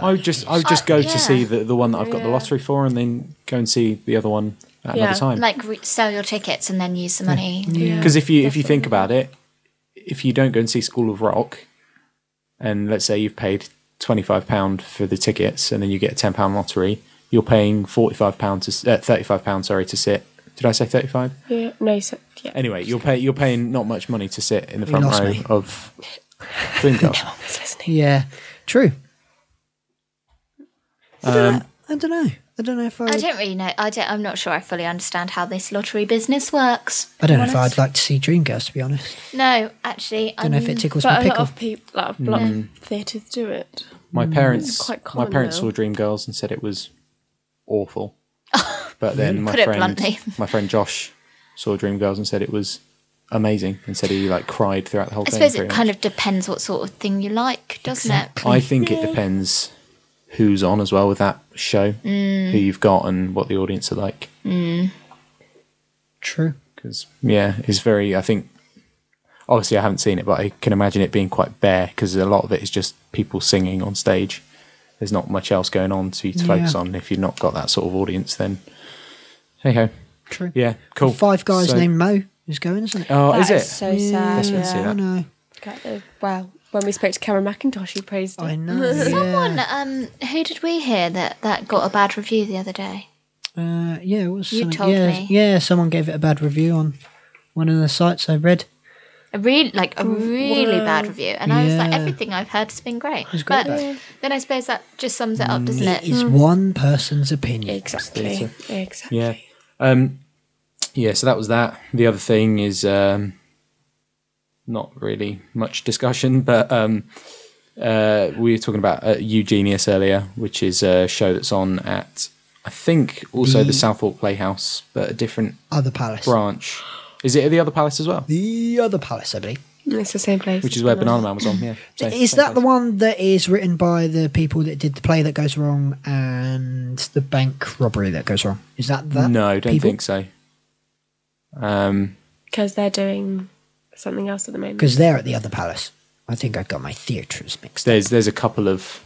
[SPEAKER 5] I would just I would just
[SPEAKER 4] Uh,
[SPEAKER 5] go
[SPEAKER 4] yeah.
[SPEAKER 5] to see the, the one that I've got the
[SPEAKER 6] Yeah.
[SPEAKER 5] lottery for, and then go and see the other one at
[SPEAKER 6] Yeah.
[SPEAKER 5] another time.
[SPEAKER 4] Like re- sell your tickets and then use the money.
[SPEAKER 5] Because if you if you think about it, if you don't go and see School of Rock, and let's say you've paid twenty five pound for the tickets, and then you get a ten pound lottery, you're paying forty five pound to s- uh, thirty five pound sorry to sit. Did I say thirty five?
[SPEAKER 6] Yeah. No. So, yeah.
[SPEAKER 5] Anyway, you're pay you're paying not much money to sit in the front
[SPEAKER 3] lost
[SPEAKER 5] row
[SPEAKER 3] me.
[SPEAKER 5] of Dreamgirls.
[SPEAKER 6] I was listening.
[SPEAKER 3] Yeah, true. I don't know. I don't know if I.
[SPEAKER 4] I
[SPEAKER 3] would-
[SPEAKER 4] don't really know. I don't. I'm not sure I fully understand how this lottery business works.
[SPEAKER 3] I don't know if I'd like to see Dreamgirls to be honest.
[SPEAKER 4] No, actually,
[SPEAKER 3] I don't know if it tickles my
[SPEAKER 6] But a lot
[SPEAKER 3] pickle.
[SPEAKER 6] of people, a lot of, lot
[SPEAKER 5] Mm.
[SPEAKER 6] of theatres do it.
[SPEAKER 5] My
[SPEAKER 4] Mm,
[SPEAKER 5] parents,
[SPEAKER 6] quite
[SPEAKER 5] my
[SPEAKER 6] common,
[SPEAKER 5] parents
[SPEAKER 6] though.
[SPEAKER 5] saw Dreamgirls and said it was awful. But then my
[SPEAKER 4] Put it
[SPEAKER 5] friend,
[SPEAKER 4] bluntly.
[SPEAKER 5] my friend Josh, saw Dreamgirls and said it was amazing, and said he like cried throughout the whole
[SPEAKER 4] I
[SPEAKER 5] thing.
[SPEAKER 4] suppose
[SPEAKER 5] pretty
[SPEAKER 4] it
[SPEAKER 5] much.
[SPEAKER 4] kind of depends what sort of thing you like, doesn't
[SPEAKER 5] I think it depends who's on as well with that show,
[SPEAKER 4] Mm.
[SPEAKER 5] who you've got, and what the audience are like.
[SPEAKER 3] True.
[SPEAKER 5] Because yeah, it's very. I think obviously I haven't seen it, but I can imagine it being quite bare because a lot of it is just people singing on stage. There's not much else going on for you to focus
[SPEAKER 3] Yeah.
[SPEAKER 5] on. If you've not got that sort of audience, then hey ho.
[SPEAKER 3] True.
[SPEAKER 5] Yeah, cool.
[SPEAKER 3] Five guys
[SPEAKER 5] So-
[SPEAKER 3] named Mo is going, isn't it?
[SPEAKER 5] Oh, is
[SPEAKER 6] That
[SPEAKER 5] it?
[SPEAKER 6] is so sad.
[SPEAKER 5] Desperate to see
[SPEAKER 3] I
[SPEAKER 5] that.
[SPEAKER 3] know.
[SPEAKER 6] Got the- Wow. When we spoke to Cameron McIntosh, he praised it.
[SPEAKER 3] I know.
[SPEAKER 4] it? Someone,
[SPEAKER 3] Yeah.
[SPEAKER 4] um, who did we hear that that got a bad review the other day?
[SPEAKER 3] Uh, yeah. What's
[SPEAKER 4] You
[SPEAKER 3] something-
[SPEAKER 4] told
[SPEAKER 3] yeah,
[SPEAKER 4] me.
[SPEAKER 3] Yeah. Someone gave it a bad review on one of the sites I read.
[SPEAKER 4] A really like a really bad review, and I was like,
[SPEAKER 3] Yeah.
[SPEAKER 4] everything I've heard has been great.
[SPEAKER 3] was great
[SPEAKER 4] But
[SPEAKER 3] though.
[SPEAKER 4] then I suppose that just sums it
[SPEAKER 6] Mm.
[SPEAKER 4] up, doesn't
[SPEAKER 3] It
[SPEAKER 4] it?
[SPEAKER 3] is one person's opinion.
[SPEAKER 6] Exactly. Exactly.
[SPEAKER 5] Yeah. Um, yeah, so that was that. The other thing is um, not really much discussion, but um, uh, we were talking about uh, Eugenius earlier, which is a show that's on at, I think, also the,
[SPEAKER 3] The-
[SPEAKER 5] Southwark Playhouse, but a different
[SPEAKER 3] Other palace.
[SPEAKER 5] branch. Is it at the other palace as well?
[SPEAKER 3] The other palace, I believe.
[SPEAKER 6] It's the same place.
[SPEAKER 5] Which is where Banana Man was on. Yeah. same-
[SPEAKER 3] Is
[SPEAKER 5] same
[SPEAKER 3] that the
[SPEAKER 5] place.
[SPEAKER 3] one that is written by the people that did the play that goes wrong and the bank robbery that goes wrong? Is that that?
[SPEAKER 5] No, don't
[SPEAKER 3] people?
[SPEAKER 5] think so. Um,
[SPEAKER 6] Because they're doing something else at the moment.
[SPEAKER 3] Because they're at the other palace. I think I got my theatres mixed.
[SPEAKER 5] there's there's a couple of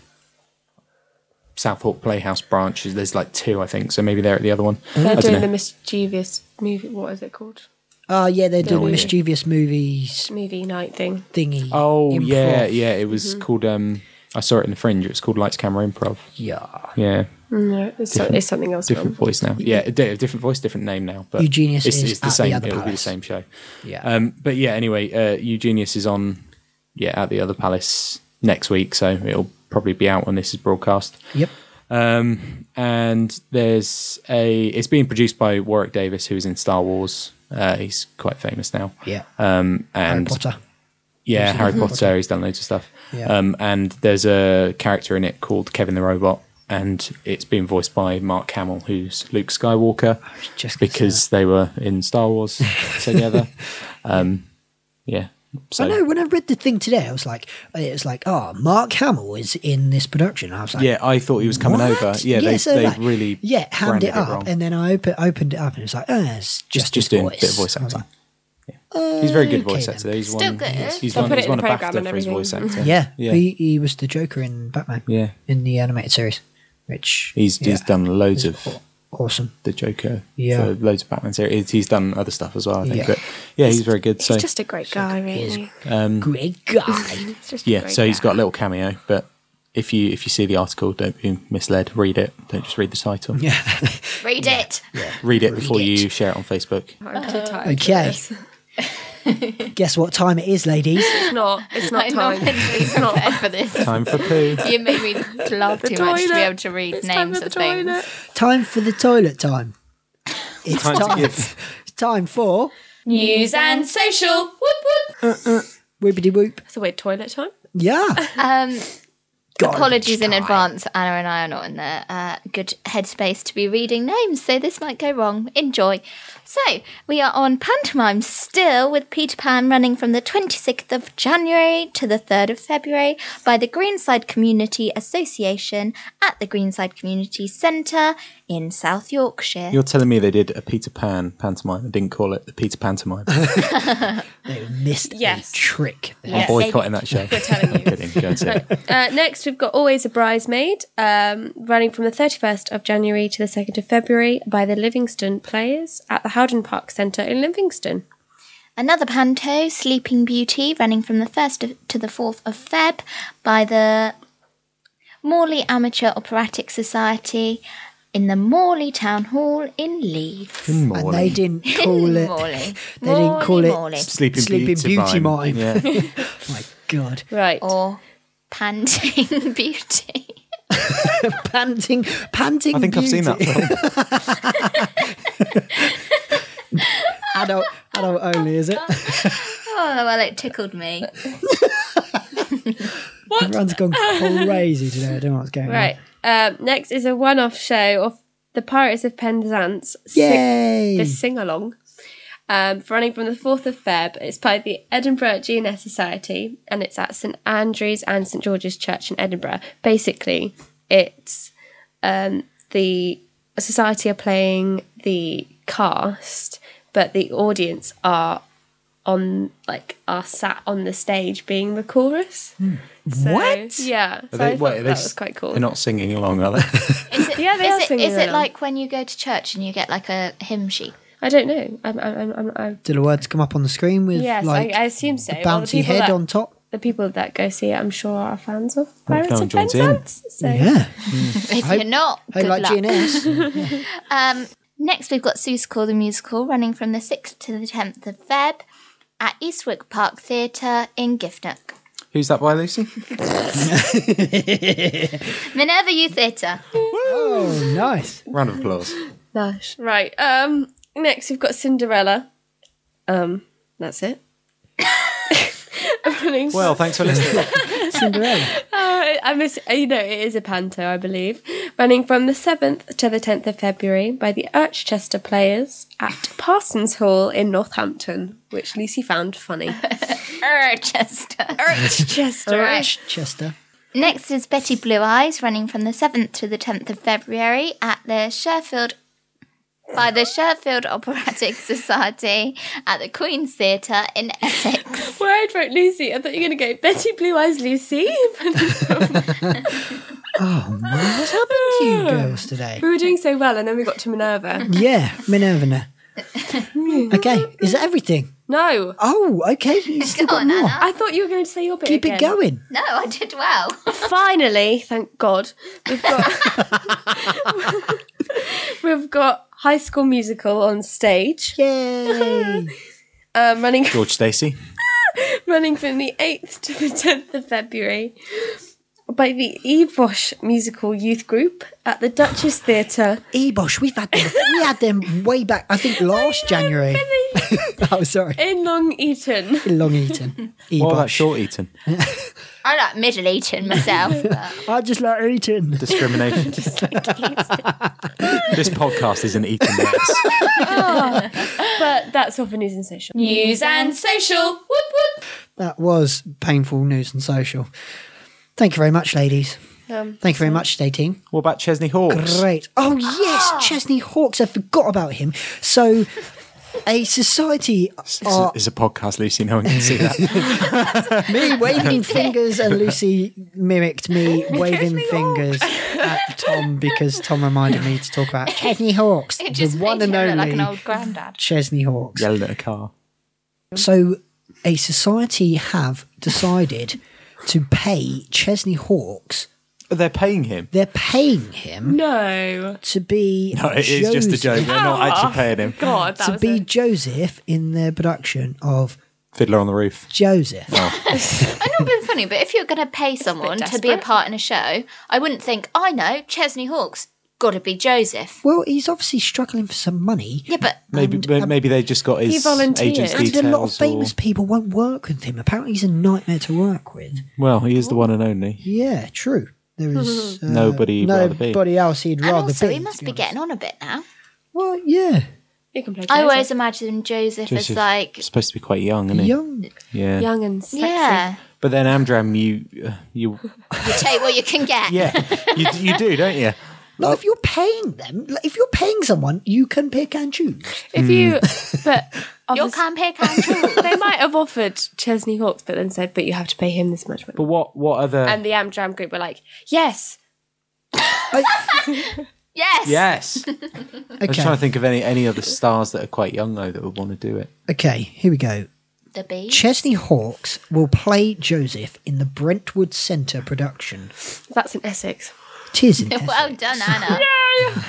[SPEAKER 5] Southwark Playhouse branches. There's like two, I think. So maybe they're at the other one.
[SPEAKER 6] They're
[SPEAKER 5] I
[SPEAKER 6] doing
[SPEAKER 5] dunno.
[SPEAKER 6] the mischievous movie. What is it called?
[SPEAKER 3] Oh yeah, they're doing
[SPEAKER 6] Yeah.
[SPEAKER 3] mischievous movies
[SPEAKER 6] Movie night thing.
[SPEAKER 3] thingy.
[SPEAKER 5] Oh
[SPEAKER 3] improv. Mm-hmm.
[SPEAKER 5] yeah, yeah. It was called um I saw it in the Fringe. It's called Lights Camera Improv.
[SPEAKER 3] Yeah.
[SPEAKER 5] Yeah,
[SPEAKER 6] No, Mm, it's, so, it's something else.
[SPEAKER 5] different
[SPEAKER 6] Different.
[SPEAKER 5] voice now. Yeah, a di- different voice, different name now. But
[SPEAKER 3] Eugenius
[SPEAKER 5] it's,
[SPEAKER 3] Mm-hmm. is
[SPEAKER 5] it's the
[SPEAKER 3] at the
[SPEAKER 5] same.
[SPEAKER 3] other
[SPEAKER 5] It'll be the
[SPEAKER 3] palace.
[SPEAKER 5] same show.
[SPEAKER 3] Yeah.
[SPEAKER 5] Um, but yeah, anyway, uh, Eugenius is on yeah at the other palace next week, so it'll probably be out when this is broadcast.
[SPEAKER 3] Yep.
[SPEAKER 5] Um, and there's a it's being produced by Warwick Davis, who is in Star Wars. Uh, he's quite famous now.
[SPEAKER 3] Yeah.
[SPEAKER 5] Um,
[SPEAKER 3] Harry
[SPEAKER 5] and
[SPEAKER 3] Potter.
[SPEAKER 5] yeah, Harry
[SPEAKER 3] Harry
[SPEAKER 5] Potter. He's done loads of stuff.
[SPEAKER 3] Yeah.
[SPEAKER 5] Um, and there's a character in it called Kevin the Robot, and it's being voiced by Mark Hamill, who's Luke Skywalker,
[SPEAKER 3] just gonna say
[SPEAKER 5] because they were in Star Wars together. um, yeah. So
[SPEAKER 3] I know. When I read the thing today, I was like, it was like, oh, Mark Hamill is in this production. And I was like,
[SPEAKER 5] yeah, I thought he was coming
[SPEAKER 3] what?
[SPEAKER 5] over. Yeah, they,
[SPEAKER 3] so,
[SPEAKER 5] they
[SPEAKER 3] like,
[SPEAKER 5] really
[SPEAKER 3] yeah hammed
[SPEAKER 5] branded
[SPEAKER 3] it up,
[SPEAKER 5] wrong.
[SPEAKER 3] and then I open, opened it up, and it was like, oh, it's just
[SPEAKER 5] just just
[SPEAKER 3] his
[SPEAKER 5] doing
[SPEAKER 3] voice.
[SPEAKER 5] a bit of voice
[SPEAKER 3] I was
[SPEAKER 5] acting.
[SPEAKER 3] like,
[SPEAKER 5] yeah. He's a very good
[SPEAKER 3] okay
[SPEAKER 5] voice
[SPEAKER 3] then.
[SPEAKER 5] actor. though. He's
[SPEAKER 4] Still
[SPEAKER 5] won.
[SPEAKER 4] good.
[SPEAKER 5] He's, he's
[SPEAKER 6] They'll
[SPEAKER 5] won.
[SPEAKER 6] put it
[SPEAKER 5] He's
[SPEAKER 6] in
[SPEAKER 5] won a
[SPEAKER 6] the programme
[SPEAKER 5] BAFTA
[SPEAKER 6] and
[SPEAKER 5] for his voice
[SPEAKER 6] everything.
[SPEAKER 5] actor.
[SPEAKER 3] yeah,
[SPEAKER 5] Yeah.
[SPEAKER 3] He, he was the Joker in Batman.
[SPEAKER 5] Yeah.
[SPEAKER 3] in the animated series, which
[SPEAKER 5] He's
[SPEAKER 3] yeah,
[SPEAKER 5] he's done loads of
[SPEAKER 3] awesome.
[SPEAKER 5] the Joker.
[SPEAKER 3] Yeah.
[SPEAKER 5] for loads of Batman series. He's done other stuff as well. I think.
[SPEAKER 3] Yeah.
[SPEAKER 5] But yeah, he's, very good. So
[SPEAKER 6] He's just a great guy, really.
[SPEAKER 3] Great guy.
[SPEAKER 6] He's just a
[SPEAKER 5] yeah,
[SPEAKER 6] great
[SPEAKER 5] so he's
[SPEAKER 6] guy.
[SPEAKER 5] got a little cameo. But if you if you see the article, don't be misled. Read it. Don't just read the title.
[SPEAKER 3] yeah.
[SPEAKER 4] Read it.
[SPEAKER 5] Read it before
[SPEAKER 3] it.
[SPEAKER 5] you share it on Facebook.
[SPEAKER 6] I'm too tired.
[SPEAKER 3] Okay. Guess what time it is, ladies?
[SPEAKER 6] It's not. It's not
[SPEAKER 4] I'm not
[SPEAKER 6] time. It's not.
[SPEAKER 4] prepared for this.
[SPEAKER 5] Time for poo.
[SPEAKER 4] You made me laugh too much to be able to read
[SPEAKER 6] It's time
[SPEAKER 4] names
[SPEAKER 6] for the
[SPEAKER 4] of things.
[SPEAKER 6] toilet.
[SPEAKER 3] time for the toilet time. It's
[SPEAKER 5] Time
[SPEAKER 3] time.
[SPEAKER 5] to give.
[SPEAKER 3] It's time for
[SPEAKER 4] News and social. Whoop whoop.
[SPEAKER 3] whoopity whoop.
[SPEAKER 6] It's a weird toilet time.
[SPEAKER 3] Yeah.
[SPEAKER 4] Um,
[SPEAKER 3] Garbage
[SPEAKER 4] apologies in
[SPEAKER 3] time.
[SPEAKER 4] advance. Anna and I are not in the uh, good headspace to be reading names, so this might go wrong. Enjoy. So we are on pantomime still with Peter Pan running from the 26th of January to the 3rd of February by the Greenside Community Association at the Greenside Community Centre in South Yorkshire.
[SPEAKER 5] You're telling me they did a Peter Pan pantomime. I didn't call it the Peter pantomime.
[SPEAKER 3] They missed
[SPEAKER 6] Yes.
[SPEAKER 3] a trick. there.
[SPEAKER 5] I'm
[SPEAKER 6] Yes.
[SPEAKER 5] boycotting that show.
[SPEAKER 6] We're telling you.
[SPEAKER 5] I'm kidding. Go and see it.
[SPEAKER 6] Uh, next, we've got Always a Bridesmaid, um, running from the 31st of January to the 2nd of February by the Livingston Players at the Howden Park Centre in Livingston.
[SPEAKER 4] Another panto, Sleeping Beauty, running from the 1st of, to the 4th of Feb by the Morley Amateur Operatic Society in the Morley Town Hall in Leeds.
[SPEAKER 3] And they didn't call it.
[SPEAKER 4] Morley.
[SPEAKER 3] They didn't call
[SPEAKER 4] Morley,
[SPEAKER 3] it
[SPEAKER 4] Morley.
[SPEAKER 5] Sleeping,
[SPEAKER 3] Sleeping Beauty
[SPEAKER 5] mime.
[SPEAKER 3] mime.
[SPEAKER 5] Yeah.
[SPEAKER 3] My God,
[SPEAKER 6] Right.
[SPEAKER 4] Or Panting Beauty.
[SPEAKER 3] panting, panting.
[SPEAKER 5] I think I've seen that.
[SPEAKER 3] beauty.
[SPEAKER 5] Film.
[SPEAKER 3] Adult, adult only, is it?
[SPEAKER 4] Oh, well, it tickled me.
[SPEAKER 3] Everyone's gone crazy today. I don't know what's going
[SPEAKER 6] Right. Um, next is a one off show of The Pirates of Penzance.
[SPEAKER 3] on.
[SPEAKER 6] sing-
[SPEAKER 3] Yay!
[SPEAKER 6] The sing along. Um, running from the 4th of Feb, it's by the Edinburgh GNS Society and it's at St Andrew's and St George's Church in Edinburgh. Basically, it's um, the society are playing the cast, but the audience are on like are sat on the stage being the chorus. So,
[SPEAKER 3] Hmm. What?
[SPEAKER 6] Yeah, so
[SPEAKER 5] Are they-
[SPEAKER 6] I
[SPEAKER 5] wait,
[SPEAKER 6] thought
[SPEAKER 5] are they
[SPEAKER 6] that
[SPEAKER 5] s-
[SPEAKER 6] was quite cool.
[SPEAKER 5] They're not singing along, are they?
[SPEAKER 4] Is it,
[SPEAKER 6] Yeah, they are
[SPEAKER 4] is it,
[SPEAKER 6] singing
[SPEAKER 4] is it
[SPEAKER 6] along.
[SPEAKER 4] like when you go to church and you get like a hymn sheet?
[SPEAKER 6] I don't know. I'm, I'm, I'm, I'm,
[SPEAKER 3] Did the words come up on the screen with
[SPEAKER 6] yes,
[SPEAKER 3] like
[SPEAKER 6] I, I assume so.
[SPEAKER 3] the
[SPEAKER 6] Well, the
[SPEAKER 3] bouncy
[SPEAKER 6] people
[SPEAKER 3] head
[SPEAKER 6] that-
[SPEAKER 3] on top?
[SPEAKER 6] the people that go see it, I'm sure, are fans of Pirates
[SPEAKER 5] no one
[SPEAKER 6] of
[SPEAKER 5] joins in.
[SPEAKER 6] Penzance. So
[SPEAKER 3] Yeah.
[SPEAKER 4] If
[SPEAKER 3] hope-
[SPEAKER 4] you're not,
[SPEAKER 3] Hey,
[SPEAKER 4] good
[SPEAKER 3] like
[SPEAKER 4] luck.
[SPEAKER 3] GNS.
[SPEAKER 4] Um, next, we've got Seuss Call the Musical running from the 6th to the 10th of Feb at Eastwick Park Theatre in Giffnock.
[SPEAKER 5] Who's that by, Lucy?
[SPEAKER 4] Minerva Youth Theatre.
[SPEAKER 3] oh, nice.
[SPEAKER 5] Round of applause.
[SPEAKER 6] nice. Right. Um. Next, we've got Cinderella. Um. That's it. Running-
[SPEAKER 5] Well, thanks for listening.
[SPEAKER 3] Cinderella.
[SPEAKER 6] Uh, I miss, uh, you know, it is a panto, I believe. Running from the 7th to the 10th of February by the Urchchester Players at Parsons Hall in Northampton, which Lucy found funny.
[SPEAKER 4] Urchester.
[SPEAKER 6] Urchchester.
[SPEAKER 4] Right.
[SPEAKER 3] Chester.
[SPEAKER 4] Next is Betty Blue Eyes running from the 7th to the 10th of February at the Sherfield by the Sherfield Operatic Society at the Queen's Theatre in Essex.
[SPEAKER 6] Where I wrote Lucy, I thought you were going to go, Betty Blue Eyes Lucy.
[SPEAKER 3] Oh, man. What's happened to you girls today? Mm-hmm.
[SPEAKER 6] we were doing so well, and then we got to Minerva.
[SPEAKER 3] Yeah, Minerva. Okay, is that everything?
[SPEAKER 6] No.
[SPEAKER 3] Oh, okay. You still got
[SPEAKER 4] on,
[SPEAKER 3] more.
[SPEAKER 4] Anna.
[SPEAKER 6] I thought you were going to say your bit.
[SPEAKER 3] Keep it
[SPEAKER 6] again.
[SPEAKER 3] going.
[SPEAKER 4] No, I did well.
[SPEAKER 6] Finally, thank God, we've got we've got High School Musical on stage,
[SPEAKER 3] Yay!
[SPEAKER 6] um, running
[SPEAKER 5] George Stacy.
[SPEAKER 6] running from the eighth to the tenth of February by the Evosh Musical Youth Group at the Duchess Theatre.
[SPEAKER 3] Ebosh, we've had them. We had them way back. I think last January. oh, sorry.
[SPEAKER 6] in Long Eaton.
[SPEAKER 3] Long Eaton.
[SPEAKER 5] What about
[SPEAKER 3] Ebosh.
[SPEAKER 5] short eaten?
[SPEAKER 4] I like middle eating myself. But
[SPEAKER 3] I just like Eaton.
[SPEAKER 5] Discrimination. this podcast is an eaten mess.
[SPEAKER 6] But that's all for news and social.
[SPEAKER 7] News and social. Whoop whoop.
[SPEAKER 3] That was painful news and social. Thank you very much, ladies.
[SPEAKER 6] Um,
[SPEAKER 3] Thank you very much, Stay Team.
[SPEAKER 5] What about Chesney Hawks?
[SPEAKER 3] Great. Oh, yes, Chesney Hawks. I forgot about him. So, a society
[SPEAKER 5] It's a,
[SPEAKER 3] are
[SPEAKER 5] it's a podcast, Lucy. No one can see that.
[SPEAKER 3] me waving fingers, and Lucy mimicked me waving fingers at Tom because Tom reminded me to talk about Chesney Hawks,
[SPEAKER 4] it
[SPEAKER 3] the
[SPEAKER 4] just
[SPEAKER 3] one and
[SPEAKER 4] made you look like an
[SPEAKER 3] only
[SPEAKER 4] old granddad.
[SPEAKER 3] Chesney Hawks.
[SPEAKER 5] Yelling at a car.
[SPEAKER 3] So, a society have decided to pay Chesney Hawks.
[SPEAKER 5] They're paying him.
[SPEAKER 3] They're paying him
[SPEAKER 6] no,
[SPEAKER 3] to be.
[SPEAKER 5] No, it is just a joke.
[SPEAKER 3] Joseph-
[SPEAKER 5] They're not actually paying him.
[SPEAKER 6] God, that
[SPEAKER 3] To
[SPEAKER 6] was
[SPEAKER 3] be
[SPEAKER 6] a-
[SPEAKER 3] Joseph in their production of
[SPEAKER 5] Fiddler on the Roof.
[SPEAKER 3] Joseph.
[SPEAKER 4] I'm not being funny, but if you're going to pay someone to be a
[SPEAKER 6] desperate.
[SPEAKER 4] part in a show, I wouldn't think, I know, Chesney Hawks, gotta be Joseph.
[SPEAKER 3] Well, he's obviously struggling for some money.
[SPEAKER 4] Yeah, but
[SPEAKER 5] Maybe
[SPEAKER 3] um,
[SPEAKER 5] maybe they just got his
[SPEAKER 6] volunteered.
[SPEAKER 5] agent's
[SPEAKER 6] And
[SPEAKER 5] details.
[SPEAKER 3] And a lot of famous
[SPEAKER 5] or-
[SPEAKER 3] people won't work with him. Apparently, he's a nightmare to work with.
[SPEAKER 5] well, he is the one and only.
[SPEAKER 3] Yeah, true. There is uh,
[SPEAKER 5] Nobody he'd rather be.
[SPEAKER 3] nobody else he'd
[SPEAKER 4] and
[SPEAKER 3] rather
[SPEAKER 4] also
[SPEAKER 3] be.
[SPEAKER 4] he must
[SPEAKER 3] to
[SPEAKER 4] be getting on a bit now.
[SPEAKER 3] well, yeah,
[SPEAKER 6] you can play.
[SPEAKER 4] I
[SPEAKER 6] Joseph.
[SPEAKER 4] always imagine Joseph,
[SPEAKER 5] Joseph
[SPEAKER 4] as like,
[SPEAKER 5] supposed to be quite young, isn't he?
[SPEAKER 3] young.
[SPEAKER 5] Yeah.
[SPEAKER 6] young and sexy.
[SPEAKER 4] yeah,
[SPEAKER 5] But then Amdram, you uh, you
[SPEAKER 4] you take what you can get.
[SPEAKER 5] yeah you you do, don't you?
[SPEAKER 3] But if you're paying them, like, if you're paying someone, you can pick and choose.
[SPEAKER 6] If you, but
[SPEAKER 4] Your
[SPEAKER 6] obviously,
[SPEAKER 4] campaign campaign.
[SPEAKER 6] they might have offered Chesney Hawks, but then said, "But you have to pay him this much money."
[SPEAKER 5] But what what other?
[SPEAKER 6] and the Amdram group were like, "Yes,
[SPEAKER 4] yes.
[SPEAKER 5] yes, I'm
[SPEAKER 3] Okay,
[SPEAKER 5] trying to think of any any other stars that are quite young though that would want to do it.
[SPEAKER 3] okay, here we go.
[SPEAKER 4] The bee.
[SPEAKER 3] Chesney Hawks will play Joseph in the Brentwood Centre production.
[SPEAKER 6] that's in Essex."
[SPEAKER 3] Tis in
[SPEAKER 4] well
[SPEAKER 3] Essex.
[SPEAKER 4] done, Anna.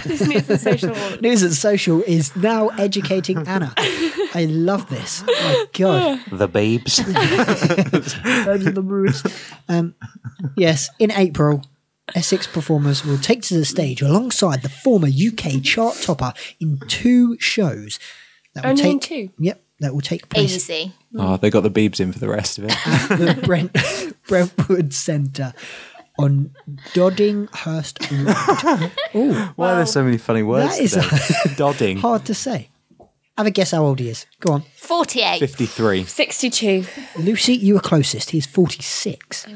[SPEAKER 6] This needs a social one.
[SPEAKER 3] News and Social is now educating Anna. I love this. Oh my god.
[SPEAKER 5] The babes.
[SPEAKER 3] Um, yes, in April, Essex performers will take to the stage alongside the former UK chart topper in two shows. That will
[SPEAKER 6] Only in
[SPEAKER 3] take
[SPEAKER 6] two?
[SPEAKER 3] Yep, that will take place
[SPEAKER 4] Easy.
[SPEAKER 5] oh, they got the babes in for the rest of it.
[SPEAKER 3] at the Brent, Brentwood Centre on Doddinghurst Road. Oh,
[SPEAKER 5] Why are there so many funny words?
[SPEAKER 3] That is
[SPEAKER 5] today? Dodding.
[SPEAKER 3] hard to say. Have a guess how old he is. Go on,
[SPEAKER 4] 48.
[SPEAKER 5] 53.
[SPEAKER 6] Sixty-two.
[SPEAKER 3] Lucy. You were closest. He's forty-six.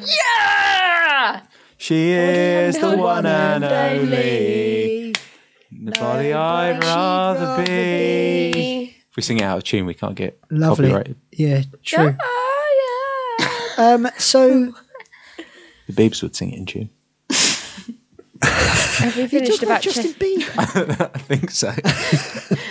[SPEAKER 5] She is the one and only. Nobody I'd rather be. If we sing it out of tune, we can't get
[SPEAKER 3] Lovely.
[SPEAKER 5] copyrighted.
[SPEAKER 3] Yeah, true.
[SPEAKER 6] Ah,
[SPEAKER 3] Um, so
[SPEAKER 5] The babes would sing it in tune.
[SPEAKER 6] Have we
[SPEAKER 3] you talk
[SPEAKER 6] finished
[SPEAKER 3] about
[SPEAKER 6] about
[SPEAKER 3] Justin
[SPEAKER 6] Chesney?
[SPEAKER 3] Bieber.
[SPEAKER 5] I think so.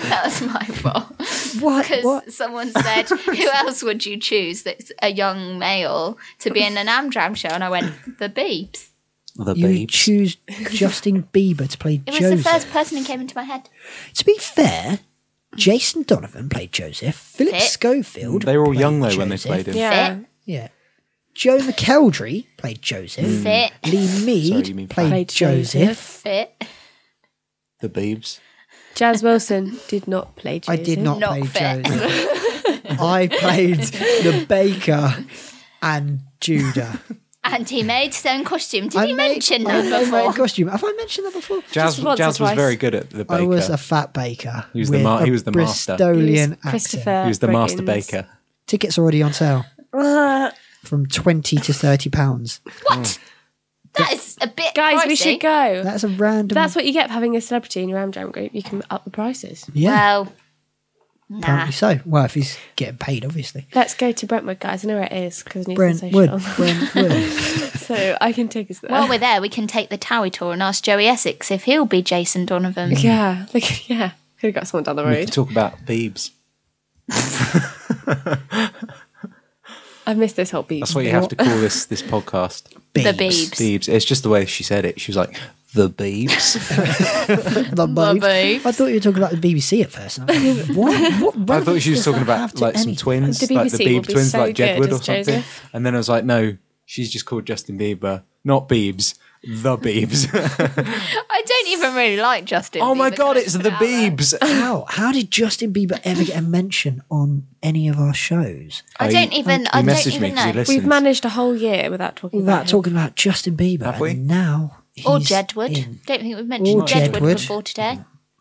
[SPEAKER 4] That was my fault.
[SPEAKER 3] What? what?
[SPEAKER 4] Because someone said, who else would you choose that's a young male to be in an Amdram show? And I went, the Beeps.
[SPEAKER 5] the
[SPEAKER 3] You
[SPEAKER 5] babes.
[SPEAKER 3] choose Justin Bieber to play
[SPEAKER 4] It was
[SPEAKER 3] Joseph.
[SPEAKER 4] the first person that came into my head.
[SPEAKER 3] To be fair, Jason Donovan played Joseph. Philip
[SPEAKER 4] Fit.
[SPEAKER 3] Schofield.
[SPEAKER 5] they were all
[SPEAKER 3] played
[SPEAKER 5] young though when they
[SPEAKER 3] Joseph.
[SPEAKER 5] played him.
[SPEAKER 6] Yeah.
[SPEAKER 4] Fit.
[SPEAKER 3] Yeah. Joe McKeldry played Joseph.
[SPEAKER 4] Mm. Fit.
[SPEAKER 3] Lee Mead
[SPEAKER 5] Sorry, you mean
[SPEAKER 3] played,
[SPEAKER 6] Played
[SPEAKER 3] Joseph.
[SPEAKER 4] Fit.
[SPEAKER 5] The babes.
[SPEAKER 6] Jazz Wilson did not play
[SPEAKER 3] I
[SPEAKER 6] Joseph.
[SPEAKER 3] did not
[SPEAKER 4] Not
[SPEAKER 3] play
[SPEAKER 4] fit.
[SPEAKER 3] Joseph. I played the baker and Judah.
[SPEAKER 4] And he made his own costume. Did
[SPEAKER 3] I
[SPEAKER 4] you
[SPEAKER 3] made-
[SPEAKER 4] mention
[SPEAKER 3] I
[SPEAKER 4] that
[SPEAKER 3] made my own
[SPEAKER 4] before?
[SPEAKER 3] costume. Have I mentioned that before?
[SPEAKER 5] Jazz,
[SPEAKER 6] once or
[SPEAKER 5] Jazz was
[SPEAKER 6] twice.
[SPEAKER 5] very good at the baker.
[SPEAKER 3] I was a fat baker.
[SPEAKER 5] He was the
[SPEAKER 3] with
[SPEAKER 5] ma-
[SPEAKER 3] a
[SPEAKER 5] he was the master.
[SPEAKER 3] Bristolian accent.
[SPEAKER 6] Christopher.
[SPEAKER 5] he was the master
[SPEAKER 6] Briggins.
[SPEAKER 5] baker.
[SPEAKER 3] Tickets are already on sale. From twenty to thirty pounds.
[SPEAKER 4] That is a bit.
[SPEAKER 6] Guys, we
[SPEAKER 4] pricey.
[SPEAKER 6] should go.
[SPEAKER 3] That's a random.
[SPEAKER 6] That's what you get for having a celebrity in your Amdram group. You can up the prices.
[SPEAKER 3] yeah,
[SPEAKER 4] Well, nah.
[SPEAKER 3] apparently so. Well, if he's getting paid, obviously.
[SPEAKER 6] Let's go to Brentwood, guys. I know where it is because news
[SPEAKER 3] Brentwood,
[SPEAKER 6] and social.
[SPEAKER 3] Brentwood.
[SPEAKER 6] so I can take us there.
[SPEAKER 4] While we're there, we can take the Towie tour and ask Joey Essex if he'll be Jason Donovan.
[SPEAKER 6] yeah, look, yeah. Could have got someone down the
[SPEAKER 5] We
[SPEAKER 6] road.
[SPEAKER 5] could talk about Thebes.
[SPEAKER 6] I've missed this whole beat.
[SPEAKER 5] That's what you have to call this this podcast.
[SPEAKER 4] The Beebs.
[SPEAKER 5] Thebes. It's just the way she said it. She was like the Beebs.
[SPEAKER 3] The babes.
[SPEAKER 4] babes.
[SPEAKER 3] I thought you were talking about the BBC at first. and I was like, what? what
[SPEAKER 5] I thought she was talking about like some
[SPEAKER 3] twins.
[SPEAKER 5] twins,
[SPEAKER 6] The
[SPEAKER 5] like the
[SPEAKER 6] BBC will
[SPEAKER 5] Beeb
[SPEAKER 6] be
[SPEAKER 5] twins,
[SPEAKER 6] so
[SPEAKER 5] like
[SPEAKER 6] good
[SPEAKER 5] Jedward or
[SPEAKER 6] as
[SPEAKER 5] something.
[SPEAKER 6] Joseph.
[SPEAKER 5] And then I was like, no, she's just called Justin Bieber, not Beebs, the Beebs.
[SPEAKER 4] I don't even really like Justin.
[SPEAKER 5] oh my
[SPEAKER 4] Bieber,
[SPEAKER 5] god,
[SPEAKER 4] can I
[SPEAKER 5] it's
[SPEAKER 4] just
[SPEAKER 5] the
[SPEAKER 4] put it out there?
[SPEAKER 5] Beebs.
[SPEAKER 3] How? How did Justin Bieber ever get a mention on any of our shows?
[SPEAKER 4] I don't even. I
[SPEAKER 5] Oh, he
[SPEAKER 4] don't
[SPEAKER 5] messaged me
[SPEAKER 4] even
[SPEAKER 5] 'cause he
[SPEAKER 4] know.
[SPEAKER 5] listens.
[SPEAKER 6] We've managed a whole year without talking
[SPEAKER 3] Without
[SPEAKER 6] about
[SPEAKER 3] talking about Justin Bieber,
[SPEAKER 5] Have we?
[SPEAKER 3] and now
[SPEAKER 4] Or
[SPEAKER 3] he's
[SPEAKER 4] Jedward.
[SPEAKER 3] in.
[SPEAKER 4] Don't think we've mentioned
[SPEAKER 3] Or
[SPEAKER 4] Jedward,
[SPEAKER 3] Jedward.
[SPEAKER 4] before today.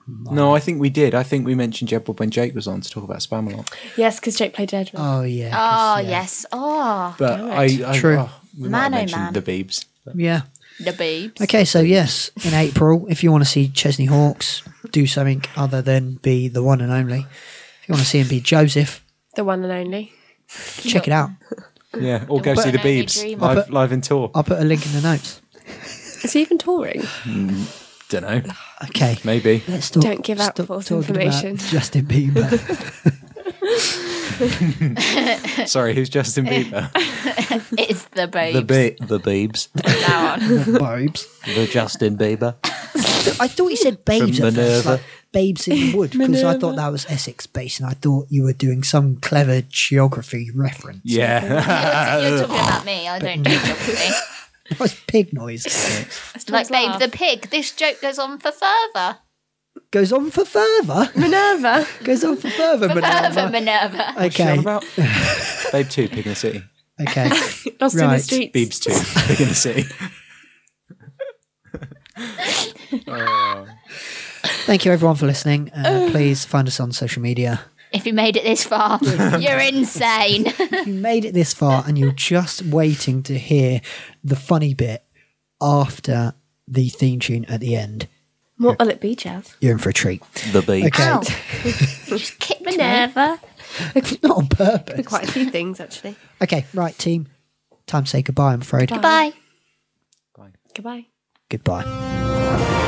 [SPEAKER 5] No, I think we did. I think we mentioned Jedward when Jake was on to talk about spam a lot.
[SPEAKER 6] him. Yes, because Jake played Edward.
[SPEAKER 3] Oh yeah. 'cause-
[SPEAKER 4] Oh yes. Oh
[SPEAKER 5] But I, I
[SPEAKER 3] True.
[SPEAKER 5] oh, we
[SPEAKER 4] Man,
[SPEAKER 5] might have
[SPEAKER 4] oh,
[SPEAKER 5] mentioned
[SPEAKER 4] man.
[SPEAKER 5] the Beebs.
[SPEAKER 3] yeah.
[SPEAKER 4] the Beebs.
[SPEAKER 3] Okay, so yes, in April, if you want to see Chesney Hawks do something other than be the one and only, if you want to see him be Joseph,
[SPEAKER 6] The one and only.
[SPEAKER 3] check it out.
[SPEAKER 5] Yeah, or go
[SPEAKER 4] But-
[SPEAKER 5] see the
[SPEAKER 4] Don't you
[SPEAKER 5] Beebs
[SPEAKER 4] dream
[SPEAKER 5] live,
[SPEAKER 3] of it.
[SPEAKER 5] live in tour.
[SPEAKER 3] I'll put a link in the notes.
[SPEAKER 6] Is he even touring?
[SPEAKER 5] Don't know,
[SPEAKER 3] Okay.
[SPEAKER 5] maybe.
[SPEAKER 3] Let's talk,
[SPEAKER 6] Don't give out
[SPEAKER 3] stop
[SPEAKER 6] false
[SPEAKER 3] talking about
[SPEAKER 6] information.
[SPEAKER 3] Justin Bieber.
[SPEAKER 5] Sorry, who's Justin Bieber?
[SPEAKER 4] It's the Beebs.
[SPEAKER 5] the Be- the Beebs,
[SPEAKER 4] Now on.
[SPEAKER 3] babes.
[SPEAKER 5] the Justin Bieber.
[SPEAKER 3] I thought you said babes at first,
[SPEAKER 5] Minerva.
[SPEAKER 3] like babes in the wood, because I thought that was Essex based, and I thought you were doing some clever geography reference.
[SPEAKER 5] Yeah,
[SPEAKER 4] You're, you're talking about me. I don't do geography.
[SPEAKER 3] That was pig noise.
[SPEAKER 4] Like Babe the Pig. This joke goes on for further.
[SPEAKER 3] Goes on for further.
[SPEAKER 6] Minerva.
[SPEAKER 3] Goes on for further,
[SPEAKER 4] Further,
[SPEAKER 3] Minerva.
[SPEAKER 4] Minerva.
[SPEAKER 3] Okay.
[SPEAKER 5] about Babe Two, Pig in the City.
[SPEAKER 3] Okay.
[SPEAKER 6] Lost in
[SPEAKER 3] Right.
[SPEAKER 6] the streets.
[SPEAKER 5] Beebs Two, Pig in the City.
[SPEAKER 3] Thank you, everyone, for listening. Uh, please find us on social media.
[SPEAKER 4] If you made it this far, you're insane.
[SPEAKER 3] You made it this far, and you're just waiting to hear the funny bit after the theme tune at the end.
[SPEAKER 6] What will it be, Jazz?
[SPEAKER 3] You're in for a treat.
[SPEAKER 5] The Beebs.
[SPEAKER 3] Okay.
[SPEAKER 4] Ow. Just kicked Minerva.
[SPEAKER 3] Not on purpose.
[SPEAKER 6] Quite a few things, actually.
[SPEAKER 3] Okay, right, team. Time to say goodbye, I'm afraid.
[SPEAKER 4] Bye.
[SPEAKER 6] Goodbye.
[SPEAKER 3] goodbye.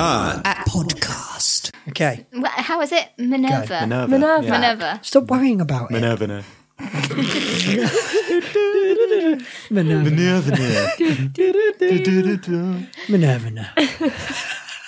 [SPEAKER 2] All at podcast.
[SPEAKER 3] Okay.
[SPEAKER 4] Wha- How is it? Minerva.
[SPEAKER 5] Minerva.
[SPEAKER 6] Minerva.
[SPEAKER 5] Yeah.
[SPEAKER 4] Minerva.
[SPEAKER 3] Stop worrying about it.
[SPEAKER 5] Minerva. no.
[SPEAKER 3] Minerva.
[SPEAKER 5] Minerva. no.
[SPEAKER 3] Minerva. no.